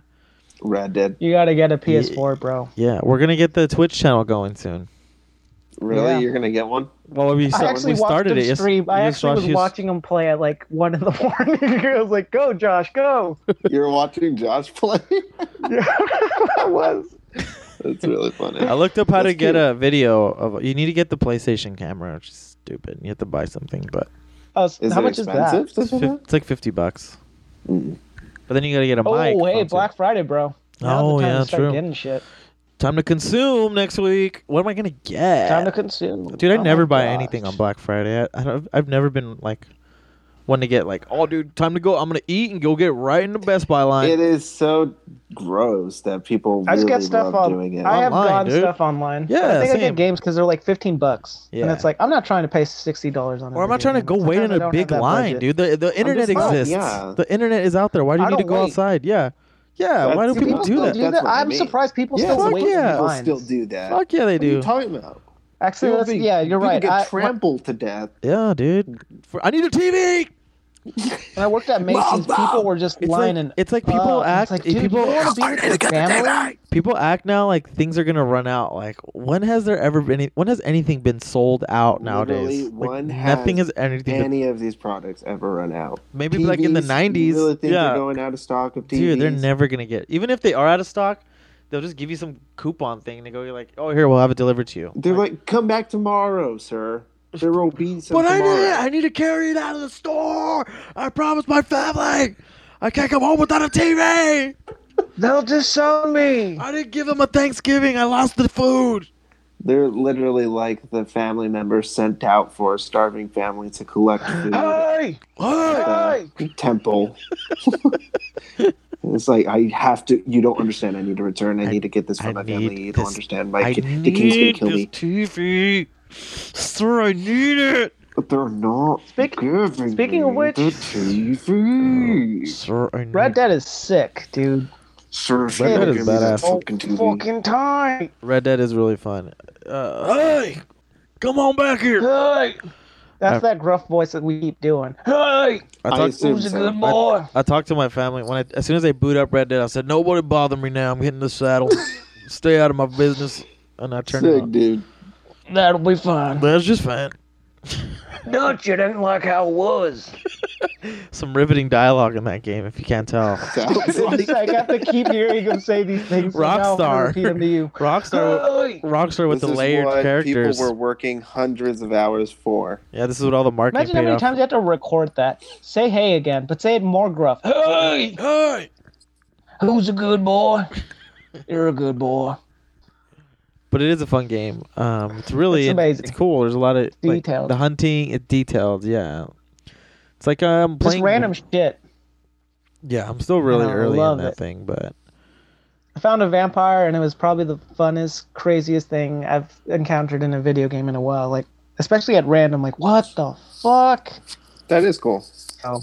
Red Dead. You gotta get a PS4, bro. yeah, we're going to get the Twitch channel going soon. Really? Yeah. You're gonna get one? Well, we, I when actually we watched started him it. yes- stream. I yes, actually Josh, was yes. watching him play at like one in the morning. I was like, "Go, Josh, go!" You're watching Josh play? I was. That's really funny. I looked up how to That's get cute. a video of. You need to get the PlayStation camera, which is stupid. You have to buy something, but Oh, s- how much is that? It's, fif- it's like fifty bucks. But then you gotta get a Mm-hmm. Mm. oh, hey, mic. phone, too. Black Friday, bro. Now's Oh, the time yeah, to start true. Getting shit. Time to consume next week. What am I gonna get? Time to consume. Dude, I Oh my never buy God. anything on Black Friday. I, I don't, I've never been like one to get like, oh, dude, time to go. I'm gonna eat and go get right in the Best Buy line. It is so gross that people I just really get stuff love on. doing it. I have Online, gotten dude. stuff online. But Yeah, I think I same. get games because they're like fifteen bucks, and Yeah. it's like I'm not trying to pay sixty dollars on. Or I'm not trying to go wait in a big line, dude. The the internet just not- exists. yeah. The internet is out there. Why do you I need to don't go wait. outside? Yeah. Yeah, That's- why do Do people do people that? do that? what I I'm mean. surprised people Yeah, still fuck wait yeah. in People lines. still do that. Fuck yeah, they What are you do. talking about? Actually, People that's, be- yeah, you're people right. Get I, when trampled to death. Yeah, dude. For, I need a TV. I worked at Macy's, people were just It's like, lining. it's like people up. act. uh, eh, It's like, dude, you people don't wanna be with your family. people act now like things are gonna run out. Like when has there ever been? Any, when has anything been sold out Literally, nowadays? Like, one nothing has is anything. to- Any of these products ever run out? Maybe like in the TVs, 90s, You really think yeah. they're going out of stock of TVs? dude, they're never gonna get. Even if they are out of stock, they'll just give you some coupon thing to go. You're like, oh, here we'll have it delivered to you. They're like, come back tomorrow, sir. There will be some But I need tomorrow." it. I need to carry it out of the store. I promised my family. I can't come home without a TV. They'll disown me. I didn't give them a Thanksgiving. I lost the food. They're literally like the family members sent out for a starving family to collect food at Hey, Hey! the temple. it's like I have to. You don't understand. I need to return. I, need to get this for my family. You don't understand. My I ki- the king's gonna need kill me. this TV. Sir, I need it. But they're not. giving speaking of me which- the TV. Sir, I need Red Dead is sick, dude. Sir, if you Red Dead don't is give me that badass. Oh, fucking TV. Fucking time. Red Dead is really fun. Uh, hey, come on back here. Hey. That's I- that gruff voice that we keep doing. Hey, I I talked, assume who's a so. good boy? I talked to my family when I, as soon as they boot up Red Dead, I said, "Nobody bother me now. I'm hitting the saddle. Stay out of my business." And I turned it Sick, on. dude. That'll be fine. That's just fine. Don't you didn't like how it was? Some riveting dialogue in that game, if you can't tell. Sounds like I have to keep hearing him say these things. so now I'm gonna Rockstar. repeat them to you. Rockstar. Hey. Rockstar with This the is layered what characters. People were working hundreds of hours for. Yeah, this is what all the marketing Imagine how paid many off. times you have to record that. Say hey again, but say it more gruff. Hey, Hey, who's a good boy? You're a good boy. but it is a fun game. Um, it's really It's amazing. It's cool. There's a lot of like, Detailed. the hunting, it's detailed. Yeah, it's like I'm Just playing random shit. Yeah, I'm still really I early in love that it. thing, but I found a vampire, and it was probably the funnest, craziest thing I've encountered in a video game in a while. Like, especially at random. Like, what the fuck? That is cool. So,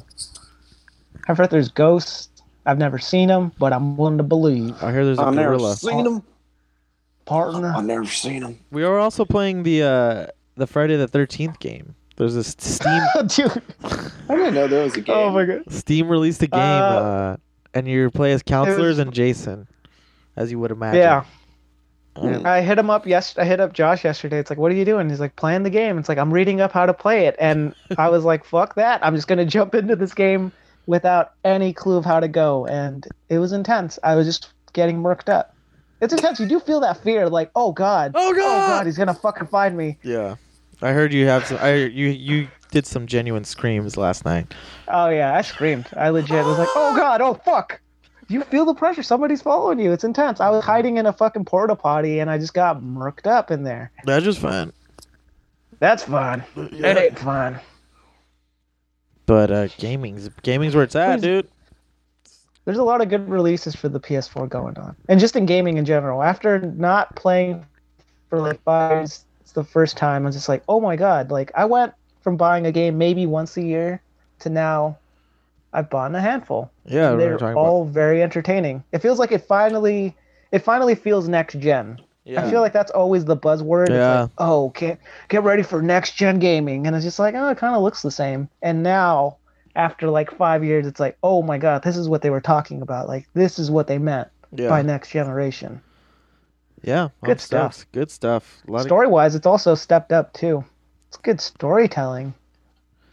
I've heard there's ghosts. I've never seen them, but I'm willing to believe. I hear there's a I've never gorilla. seen them. I've Partner, never seen them. We are also playing the uh, the Friday the Thirteenth game. There's this Steam dude. Oh I didn't know there was a game. god. Steam released a game, uh, Uh, and you play as counselors and Jason, as you would imagine. Yeah. Mm. I hit him up yes I hit up Josh yesterday. It's like, what are you doing? He's like, playing the game. It's like I'm reading up how to play it. And I was like, fuck that. I'm just gonna jump into this game without any clue of how to go. And it was intense. I was just getting murked up. It's intense. You do feel that fear, like, oh god. Oh, God! Oh god, he's gonna fucking find me. Yeah. I heard you have some. I you you did some genuine screams last night. Oh yeah, I screamed. I legit was like, oh god, oh fuck. You feel the pressure. Somebody's following you. It's intense. I was hiding in a fucking porta potty and I just got murked up in there. That's just fine. That's fine. It ain't fine. But uh, gaming's gaming's where it's at, dude. There's a lot of good releases for the PS4 going on, and just in gaming in general. After not playing for like five years, it's the first time I'm just like, oh my god! Like I went from buying a game maybe once a year to now I've bought a handful. Yeah, I remember they're talking about- all very entertaining. It feels like it finally, it finally feels next gen. Yeah. I feel like that's always the buzzword. It's Yeah. like, oh, get get ready for next gen gaming, and it's just like, oh, it kind of looks the same. And now, after like five years, it's like, oh my god, this is what they were talking about. Like this is what they meant Yeah. by next generation. Yeah, Good good stuff. stuff. Good stuff. A lot of- Story wise, it's also stepped up too. It's good storytelling.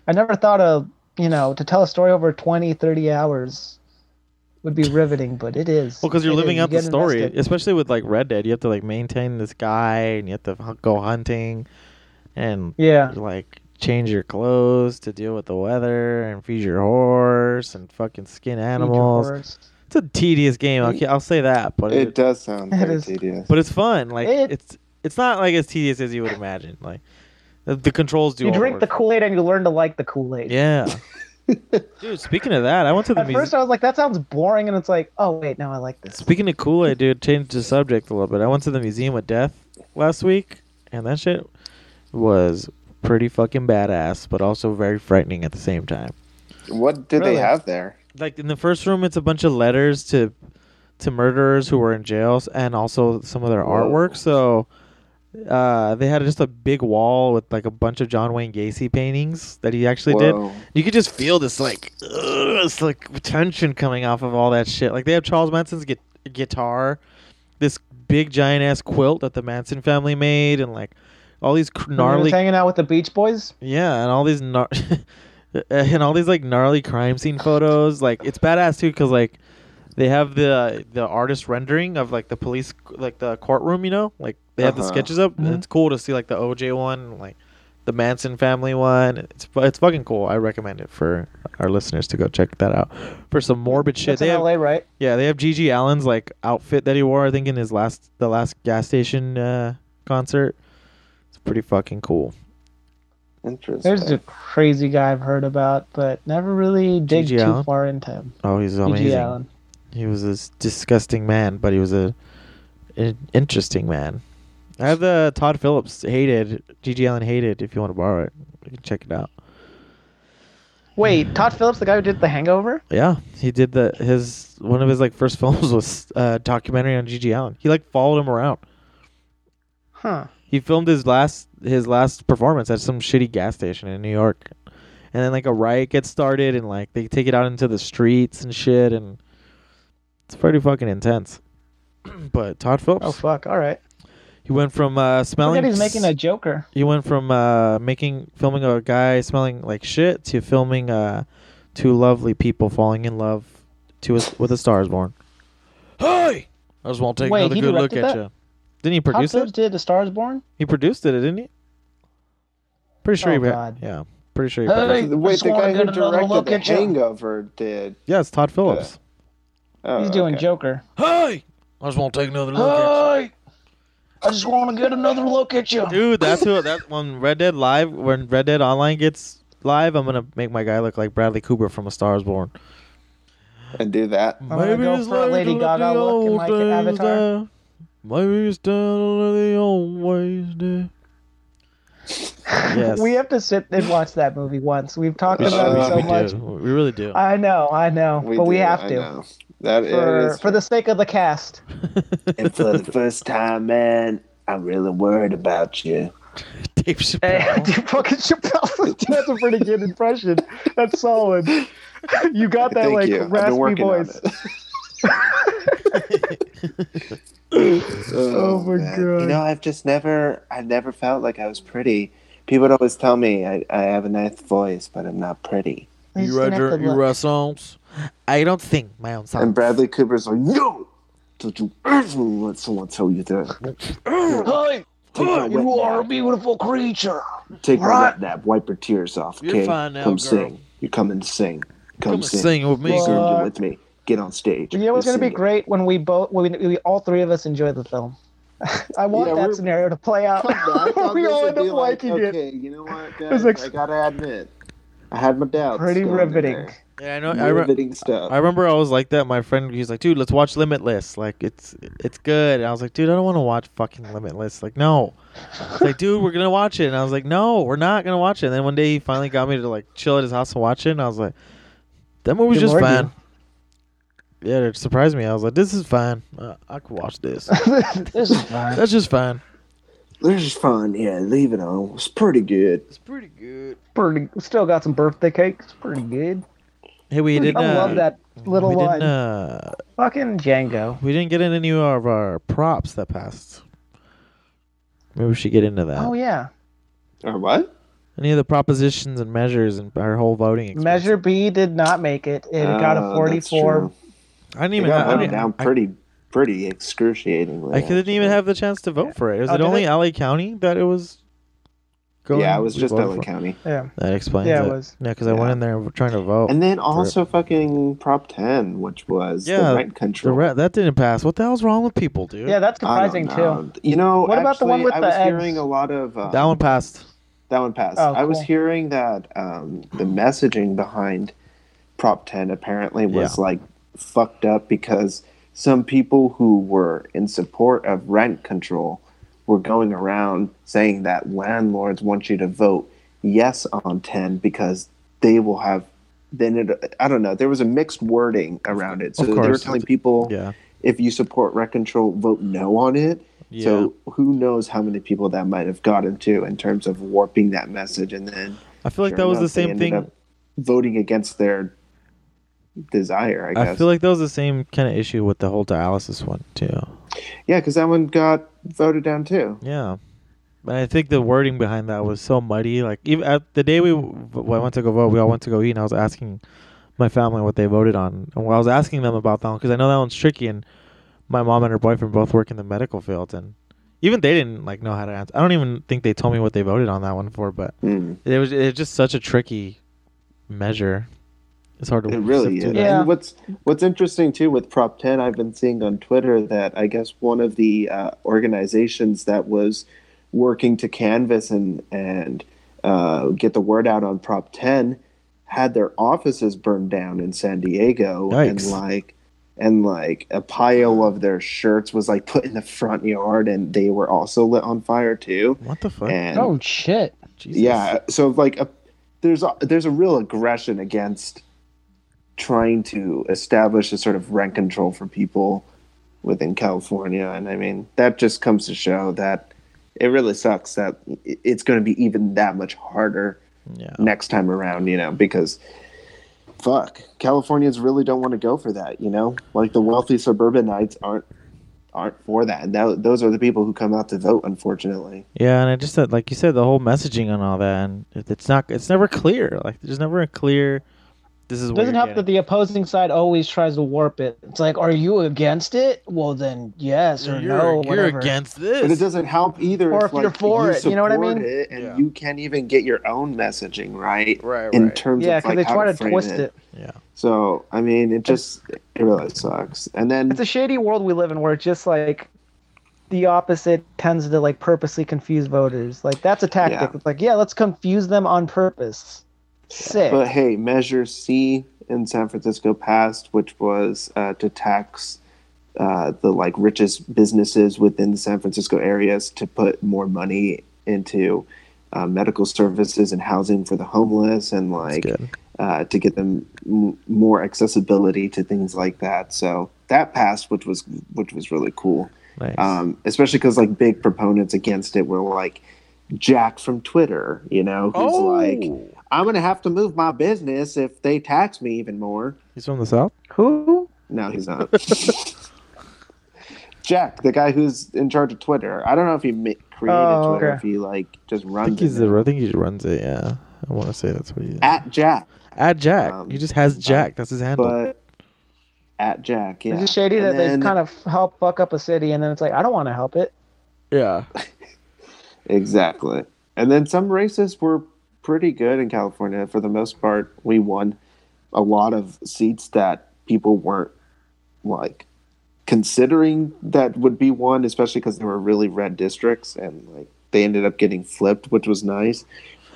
I never thought of, you know, to tell a story over 20, 30 hours would be riveting, but it is. Well, because you're It living is. You out the get story, invested. especially with like Red Dead. You have to like maintain this guy, and you have to hu- go hunting, and Yeah. like change your clothes to deal with the weather, and feed your horse, and fucking skin animals. horse. It's a tedious game. I'll, I'll say that, but It does sound It very is. tedious. but it's fun. Like it's it's not like as tedious as you would imagine. Like the, the controls do. You all drink the work. Kool Aid and you learn to like the Kool Aid. yeah. Dude, speaking of that, I went to the At museum. first, I was like, that sounds boring, and it's like, oh wait, no, I like this. Speaking of Kool Aid, dude, change the subject a little bit. I went to the Museum of Death last week, and that shit was pretty fucking badass, but also very frightening at the same time. What did Really? they have there? Like in the first room, it's a bunch of letters to to murderers who were in jails, and also some of their artwork. So uh, they had just a big wall with like a bunch of John Wayne Gacy paintings that he actually Whoa. did. You could just feel this like ugh, it's like tension coming off of all that shit. Like they have Charles Manson's gui- guitar, this big giant ass quilt that the Manson family made, and like all these cr- When I was gnarly hanging out with the Beach Boys. yeah, and all these gnar- and all these like gnarly crime scene photos. Like it's badass too, because like they have the the artist rendering of like the police like the courtroom. You know, like they have the Uh-huh. sketches up. and Mm-hmm. Mhm. It's cool to see like the OJ one, like the Manson family one. It's fu- it's fucking cool. I recommend it for our listeners to go check that out for some morbid shit. That's in LA, right? Yeah, they have Gigi Allen's like outfit that he wore. I think in his last the last gas station uh, concert. It's pretty fucking cool. Interesting. There's a crazy guy I've heard about, but never really dig G.G. too Allen? far into him. Oh, he's G.G. amazing. Allen. He was a s- disgusting man, but he was a an interesting man. I have the Todd Phillips hated G.G. Allen hated. If you want to borrow it, you can check it out. Wait, Todd Phillips, the guy who did The Hangover? Yeah, he did the his one of his like first films was a documentary on G.G. Allen. He like followed him around. Huh. He filmed his last his last performance at some shitty gas station in New York, and then like a riot gets started and like they take it out into the streets and shit, and it's pretty fucking intense. But Todd Phillips. Oh fuck! All right. He went from uh, Forget smelling. he's making a Joker. He went from uh, making filming a guy smelling like shit to filming uh, two lovely people falling in love to a, with a star is born. Hey, I just won't take Wait, another he good look directed at that? you. Didn't he Todd produce it? Phillips did The Star Is Born. He produced it, didn't he? Pretty sure Oh, he. God. Yeah, pretty sure he. Hey, produced it. Wait, just the wanna guy who get another directed look the at ya. Hangover did. Yeah, it's Todd Phillips. Oh, He's doing okay. Joker. Hey, I just won't take another Hey, I just want to get another look at you. Dude, that's who. That when Red Dead Live, when Red Dead Online gets live, I'm gonna make my guy look like Bradley Cooper from A Star Is Born. And do that. I'm gonna go for a Lady Gaga look in like an avatar. Maybe it's down under the old ways there. Yes. We have to sit and watch that movie once. We've talked We about should- it so we much. do. We really do. I know, I know, We but we do, have I to know. That it for is- for the sake of the cast. and for the first time, man, I'm really worried about you. Dave Hey, dude, fucking Chappelle. That's a pretty good impression. That's solid. You got that Thank like you. I've been raspy working on voice. Oh my God. You know, I've just never, I've never felt like I was pretty. People would always tell me I, I have a nice voice, but I'm not pretty. You just read your- have to you look. write songs? I don't sing my own songs. And Bradley Cooper's like, no, don't you ever let someone tell you that. Hey, Take my you wet are a beautiful creature. Take my Right. wet nap, wipe your tears off. You're Okay, fine now, come girl. sing. You come and sing. Come, and sing with me. Girl, Fuck. you're with me. Get on stage. You know what's You're going to be singing. great when we both, when we, we all three of us enjoy the film. I want Yeah, that we're- scenario to play out. Come back. we This all would end up be like, liking it. okay, you know what, guys? was like- I gotta admit, I had my doubts. Pretty going in riveting. there. Yeah, I know. I, re- Riveting stuff. I remember I was like that. My friend, he's like, "Dude, let's watch Limitless. Like, it's it's good." And I was like, "Dude, I don't want to watch fucking Limitless. Like, no." He's like, "Dude, we're gonna watch it." And I was like, "No, we're not gonna watch it." And then one day he finally got me to like chill at his house and watch it. And I was like, "That movie's Didn't just work, fine." Yeah, it surprised me. I was like, "This is fine. Uh, I could watch this. this is fine. That's just fine." They're just fun. Yeah, leave it on. It's pretty good. Pretty good. Pretty, still got some birthday cake. It's pretty good. Hey, we didn't. I uh, love that little we line. Didn't, uh, Fucking Django. we didn't get into any of our props that passed. Maybe we should get into that. Oh yeah. Or what? Any of the propositions and measures and our whole voting. Experience. Measure B did not make it. It got a Ah, that's 44. true. I didn't They even. got Have, I, voted didn't, down pretty, pretty excruciatingly. I couldn't even have the chance to vote for it. Was Oh, it did only it? LA County that it was? Going yeah, it was we just voted LA for? County. Yeah. That explains Yeah, it it. was. Yeah, because I went in there trying to vote. And then for it. also fucking Prop 10, which was yeah, the rent the control. re- that didn't pass. What the hell's wrong with people, dude? Yeah, that's I don't surprising too. know. You know, What about the one actually, with I the was eggs? hearing a lot of uh, that one passed. That one passed. Oh, I was cool. hearing that um, the messaging behind Prop 10 apparently was Yeah. like fucked up because some people who were in support of rent control were going around saying that landlords want you to vote yes on 10 because they will have then it I don't know there was a mixed wording around it so Of they were course. telling people Yeah. if you support rent control vote no on it Yeah. so who knows how many people that might have gotten to in terms of warping that message, and then I feel like sure that was the enough, they same ended thing. up voting against their desire. I I, guess. feel like that was the same kind of issue with the whole dialysis one too. yeah, because that one got voted down too. Yeah, but I think the wording behind that was so muddy. Like even at the day we when I went to go vote, we all went to go eat, and I was asking my family what they voted on, and I was asking them about that one because I know that one's tricky, and my mom and her boyfriend both work in the medical field, and even they didn't like know how to answer. I don't even think they told me what they voted on that one for, but Mm. it was it's just such a tricky measure. It's hard to It really sift is. through that. Yeah. And what's what's interesting too with Prop 10, I've been seeing on Twitter that I guess one of the uh, organizations that was working to canvas and and uh, get the word out on Prop 10 had their offices burned down in San Diego and Yikes. like and like a pile of their shirts was like put in the front yard and they were also lit on fire too. What the fuck? And Oh shit. Jesus. yeah so like a, there's a, there's a real aggression against trying to establish a sort of rent control for people within california and i mean that just comes to show that it really sucks that i- it's going to be even that much harder Yeah. next time around you know because fuck californians really don't want to go for that you know like the wealthy suburbanites aren't aren't for that and tho- those are the people who come out to vote unfortunately Yeah, and I just said, like you said, the whole messaging on all that, and it- it's not, it's never clear. Like, there's never a clear. This is what Doesn't you're help that getting. the opposing side always tries to warp it. It's like, are you against it? Well, then yes or you're, no. you're whatever. against But it this. doesn't help either. Or if you're for it, you know what I support mean? it and Yeah. you can't even get your own messaging right, Right, in right. terms Yeah, of because like they how try to frame twist it. it. Yeah, So I mean, it just it really sucks. And then It's a shady world we live in where it's just like the opposite tends to like purposely confuse voters. Like that's a tactic. Yeah. It's like, yeah, let's confuse them on purpose. Sick. but hey, Measure C in San Francisco passed, which was uh, to tax uh, the like richest businesses within the San Francisco areas to put more money into uh, medical services and housing for the homeless and that's like good. uh, to get them m- more accessibility to things like that. So that passed, which was which was really cool, Nice. um, especially because like big proponents against it were like Jack from Twitter, you know, who's Oh! like, "I'm gonna have to move my business if they tax me even more." He's from the south. Who? No, he's not. Jack, the guy who's in charge of Twitter. I don't know if he ma- created Oh, Twitter, okay. if he like just I runs think he's it. the. I think he runs it. Yeah, I want to say that's what he is. at Jack, At Jack, um, he just has Jack. That's his handle. but at Jack, yeah. It's just shady And that then- they kind of help fuck up a city and then it's like, I don't want to help it. yeah, Exactly. And then some races were pretty good in California. For the most part, we won a lot of seats that people weren't like considering that would be won, especially because they were really red districts and like they ended up getting flipped, which was nice.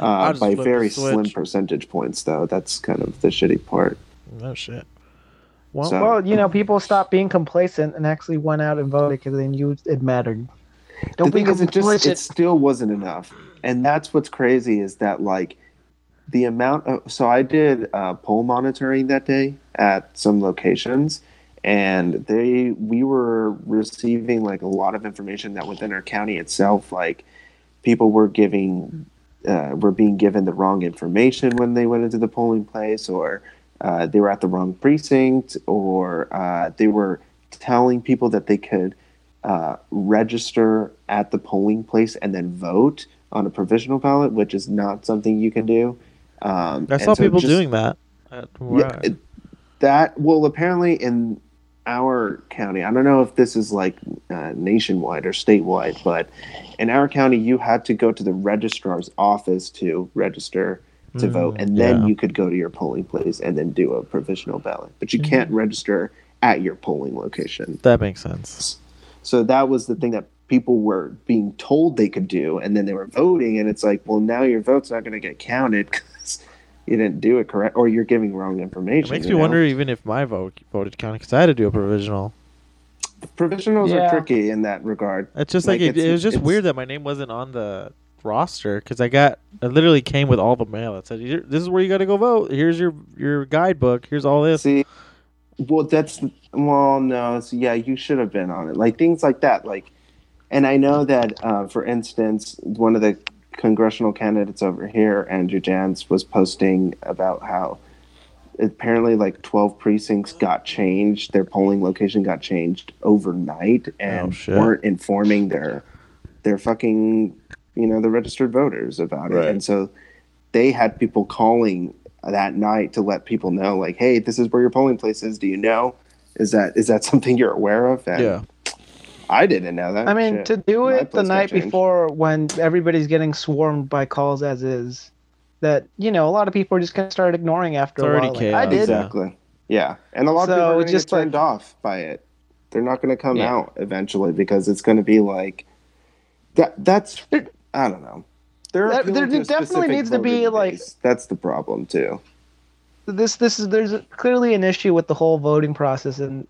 uh, just by flip the very switch. slim percentage points, though. That's kind of the shitty part. No Oh, shit. Well, So- well, you know, people stopped being complacent and actually went out and voted because they knew it mattered. Don't the be thing is, it just complicit. it still wasn't enough, and that's what's crazy is that like the amount of. So I did uh, poll monitoring that day at some locations, and they we were receiving like a lot of information that within our county itself, like people were giving uh, were being given the wrong information when they went into the polling place, or uh, they were at the wrong precinct, or uh, they were telling people that they could uh, register at the polling place and then vote on a provisional ballot, which is not something you can do. Um, I and saw so people just- doing that. At yeah, it- that well, apparently in our county, I don't know if this is like uh, nationwide or statewide, but in our county, you had to go to the registrar's office to register to Mm, vote, and then yeah. you could go to your polling place and then do a provisional ballot. But Mm. you can't register at your polling location. That makes sense. So that was the thing that people were being told they could do, and then they were voting, and it's like, well, now your vote's not going to get counted because you didn't do it correct, or you're giving wrong It information. makes you me know? wonder even if my vote voted counted because I had to do a provisional. Provisionals Yeah. are tricky in that regard. It's just like, it, it was just it's- weird that my name wasn't on the roster because I got I literally came with all the mail. It said, "Here- "This is where you got to go vote. Here's your your guidebook. Here's all this." See, well, that's well, no, it's, yeah, you should have been on it, like things like that, like. And I know that, uh, for instance, one of the congressional candidates over here, Andrew Jans, was posting about how apparently like 12 precincts got changed, their polling location got changed overnight, and Oh, shit. weren't informing their their fucking you know the registered voters about Right. it, and so they had people calling that night to let people know like hey this is where your polling place is do you know is that is that something you're aware of And Yeah. i didn't know that I mean, shit. to do My it the place got night changed. before when everybody's getting swarmed by calls as is, that you know a lot of people are just gonna start ignoring after a while. Like, I did. exactly yeah and a lot So, of people are it's just just like- turned off by it they're not going to come Yeah. out eventually because it's going to be like that that's i don't know They're There, appealing there to a definitely specific needs to be voter like base. that's the problem too this. This is there's clearly an issue with the whole voting process, and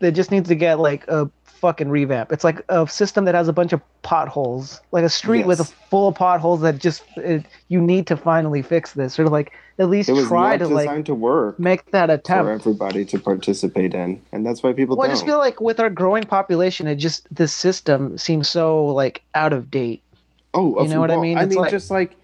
they just needs to get like a fucking revamp. It's like a system that has a bunch of potholes, like a street with a Yes. full of potholes that just it, you need to finally fix this, or like at least it was try not to designed like to work make that attempt. for everybody to participate in and that's why people Well, I don't just feel like with our growing population, it just this system seems so like out of date. Oh, you of- know what I well, mean? I It's mean, like- just like,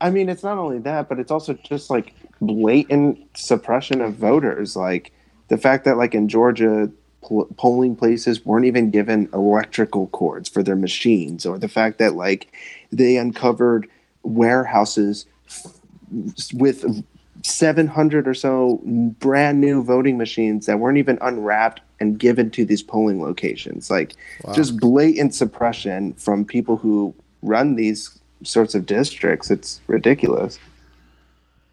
I mean, it's not only that, but it's also just like blatant suppression of voters. Like the fact that, like in Georgia, pol- polling places weren't even given electrical cords for their machines, or the fact that like they uncovered warehouses f- with 700 or so brand new voting machines that weren't even unwrapped and given to these polling locations. Like Wow. just blatant suppression from people who run these sorts of districts. It's ridiculous.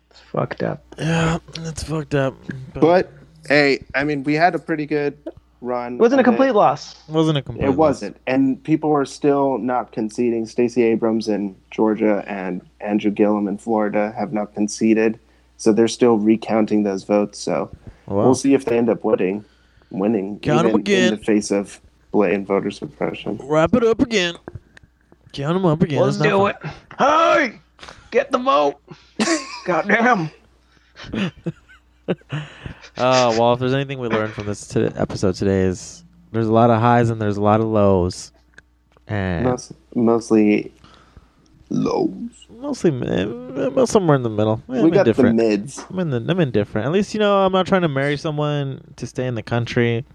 It's fucked up. Yeah, that's fucked up. But hey, I mean, we had a pretty good run. It wasn't a of it. complete loss. wasn't a complete. It wasn't, and people are still not conceding. Stacey Abrams in Georgia and Andrew Gillum in Florida have not conceded, so they're still recounting those votes. So Wow. we'll see if they end up winning, winning Count 'em even again. in the face of blatant voter suppression. Wrap it up again. Count them up again. Let's That's not do fun. it. Hey, get the vote. Goddamn. Uh, well, if there's anything we learned from this to- episode today is there's a lot of highs and there's a lot of lows, and Most, mostly lows. mostly mi- well, somewhere in the middle. Eh, we I'm got indifferent. the mids. I'm in the, I'm indifferent. At least you know I'm not trying to marry someone to stay in the country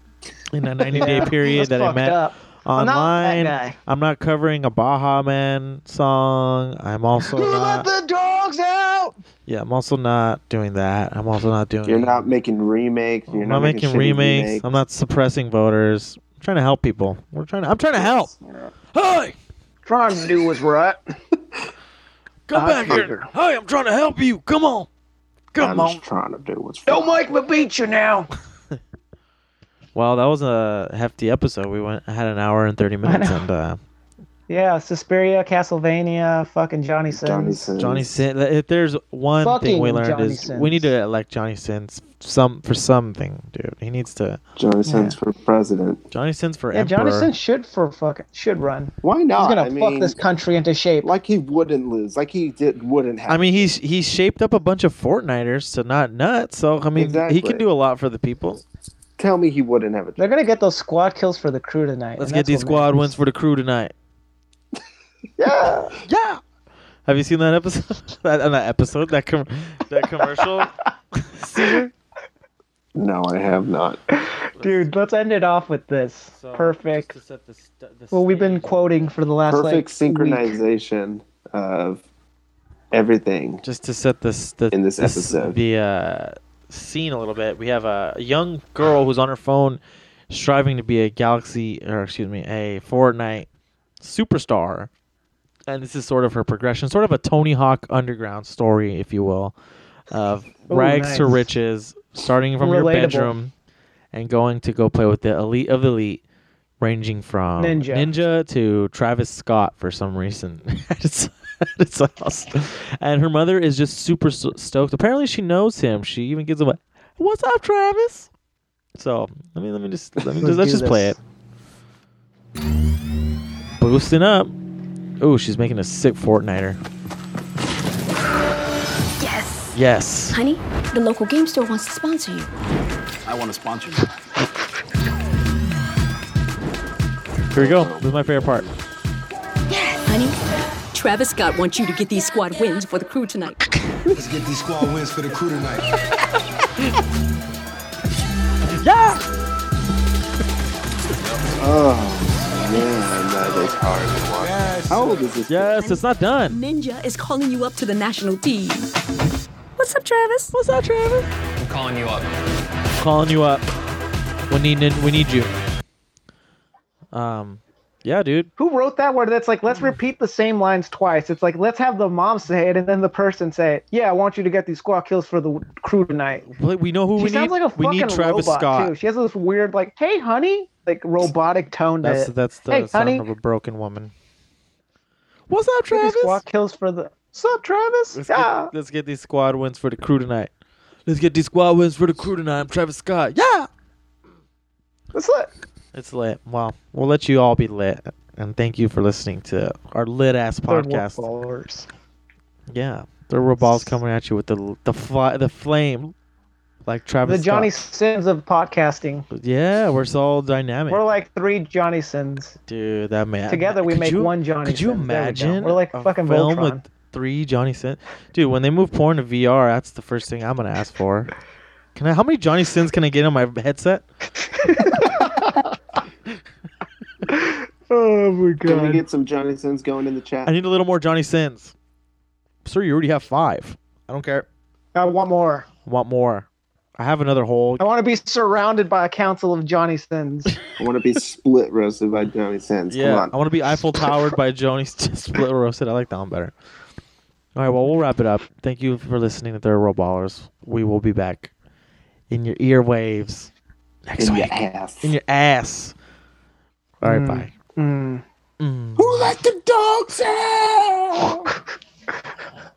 in a 90 day Yeah, period that's that I fucked met up. I'm not that online. guy. I'm not covering a Baja Man song. I'm also Let not. the dogs out. Yeah, I'm also not doing that. I'm also not doing. You're not making remakes. You're I'm not, not making shitty remakes. remakes. I'm not suppressing voters. I'm trying to help people. We're trying. To, I'm trying to help. Hey, Trying to do what's right. come I back here. figure. Hey, I'm trying to help you. Come on. Come I'm on. just trying to do what's Don't make me beat you now. Well, that was a hefty episode. We went had an hour and thirty minutes, and uh, Yeah, Suspiria, Castlevania, fucking Johnny Sins. Johnny Sins. Johnny Sin. If there's one thing we Fucking learned Johnny is Sins. we need to elect Johnny Sins some for something, dude. He needs to. Johnny Sins for president. Johnny Sins for Yeah, emperor. Johnny Sins should for fucking should run. Why not? He's gonna Ah, I fuck mean- this country into shape. Like he wouldn't lose. Like he did wouldn't have. I mean, he's he's shaped up a bunch of Fortniters to not nuts. So I mean, he Exactly. can do a lot for the people. Tell me he wouldn't have a They're gonna get those squad kills for the crew tonight. Let's and get that's these what squad wins for the crew tonight. yeah, yeah. Have you seen that episode? that, uh, that episode? That com- that commercial? Caesar? No, I have not. matters. Dude, let's end it off with this. Perfect. well, we've been quoting for the last like, perfect week. synchronization of everything. Just to set this the, in this, this- episode. the uh, scene a little bit. We have a young girl who's on her phone, striving to be a galaxy, or excuse me, a Fortnite superstar, and this is sort of her progression, sort of a Tony Hawk Underground story, if you will, of Ooh, rags to nice. riches, starting from your Relatable. bedroom, and going to go play with the elite of the elite. Ranging from Ninja. Ninja to Travis Scott for some reason. It's- it's awesome. And her mother is just super sto- stoked. Apparently, she knows him. She even gives him a "What's up, Travis?" So let me let me just let me Let's just, let's do just play this. it. Boosting up. Ooh, she's making a sick Fortniter. Yes. Yes. Honey, the local game store wants to sponsor you. I want to sponsor you. Here we go. This is my favorite part. Honey, Travis Scott wants you to get these squad wins for the crew tonight. Let's get these squad wins for the crew tonight. Yeah. Oh man, that is hard to watch. How old is this? Yes, it's not done. Ninja is calling you up to the national team. What's up, Travis? What's up, Travis? I'm calling you up. Calling you up. We need nin- we need you. Um, yeah, dude. Who wrote that word? That's like Hmm. let's repeat the same lines twice. It's like let's have the mom say it and then the person say it. Yeah, I want you to get these squad kills for the crew tonight. But we know who she we sounds need. like a we fucking need Travis robot Scott. too. She has this weird like, "Hey, honey," like robotic tone to That's it. that's the hey, sound honey, of a broken woman. What's up, Travis? Squad kills for the. What's up, Travis? Let's, yeah. get, let's get these squad wins for the crew tonight. Let's get these squad wins for the crew tonight. I'm Travis Scott. Yeah. What's up? It's lit. Well, we'll let you all be lit, and thank you for listening to our lit ass Third world podcast. followers. Yeah, the real balls coming at you with the the fly, the flame, like The Travis. Johnny Scott. Sins of podcasting. Yeah, we're so dynamic, We're like three Johnny Sins. dude. That man. Together we Could make you- one Johnny Could you Sins. There we go. imagine? We're like a fucking film Voltron. with three Johnny Sins, dude. When they move porn to VR, that's the first thing I'm gonna ask for. Can I? How many Johnny Sins can I get on my headset? Oh my god. Can we get some Johnny Sins going in the chat? I need a little more Johnny Sins. Sir, you already have five. I don't care. I want more. Want more? I have another whole. I want to be surrounded by a council of Johnny Sins. I want to be split roasted by Johnny Sins. Yeah, Come I on. want to be Eiffel Towered by Joni Split Roasted. I like that one better. All right, well, we'll wrap it up. Thank you for listening to Third World Ballers. We will be back in your earwaves next In your week. ass. In your ass. All right, Mm. bye. Mm. Who let the dogs out?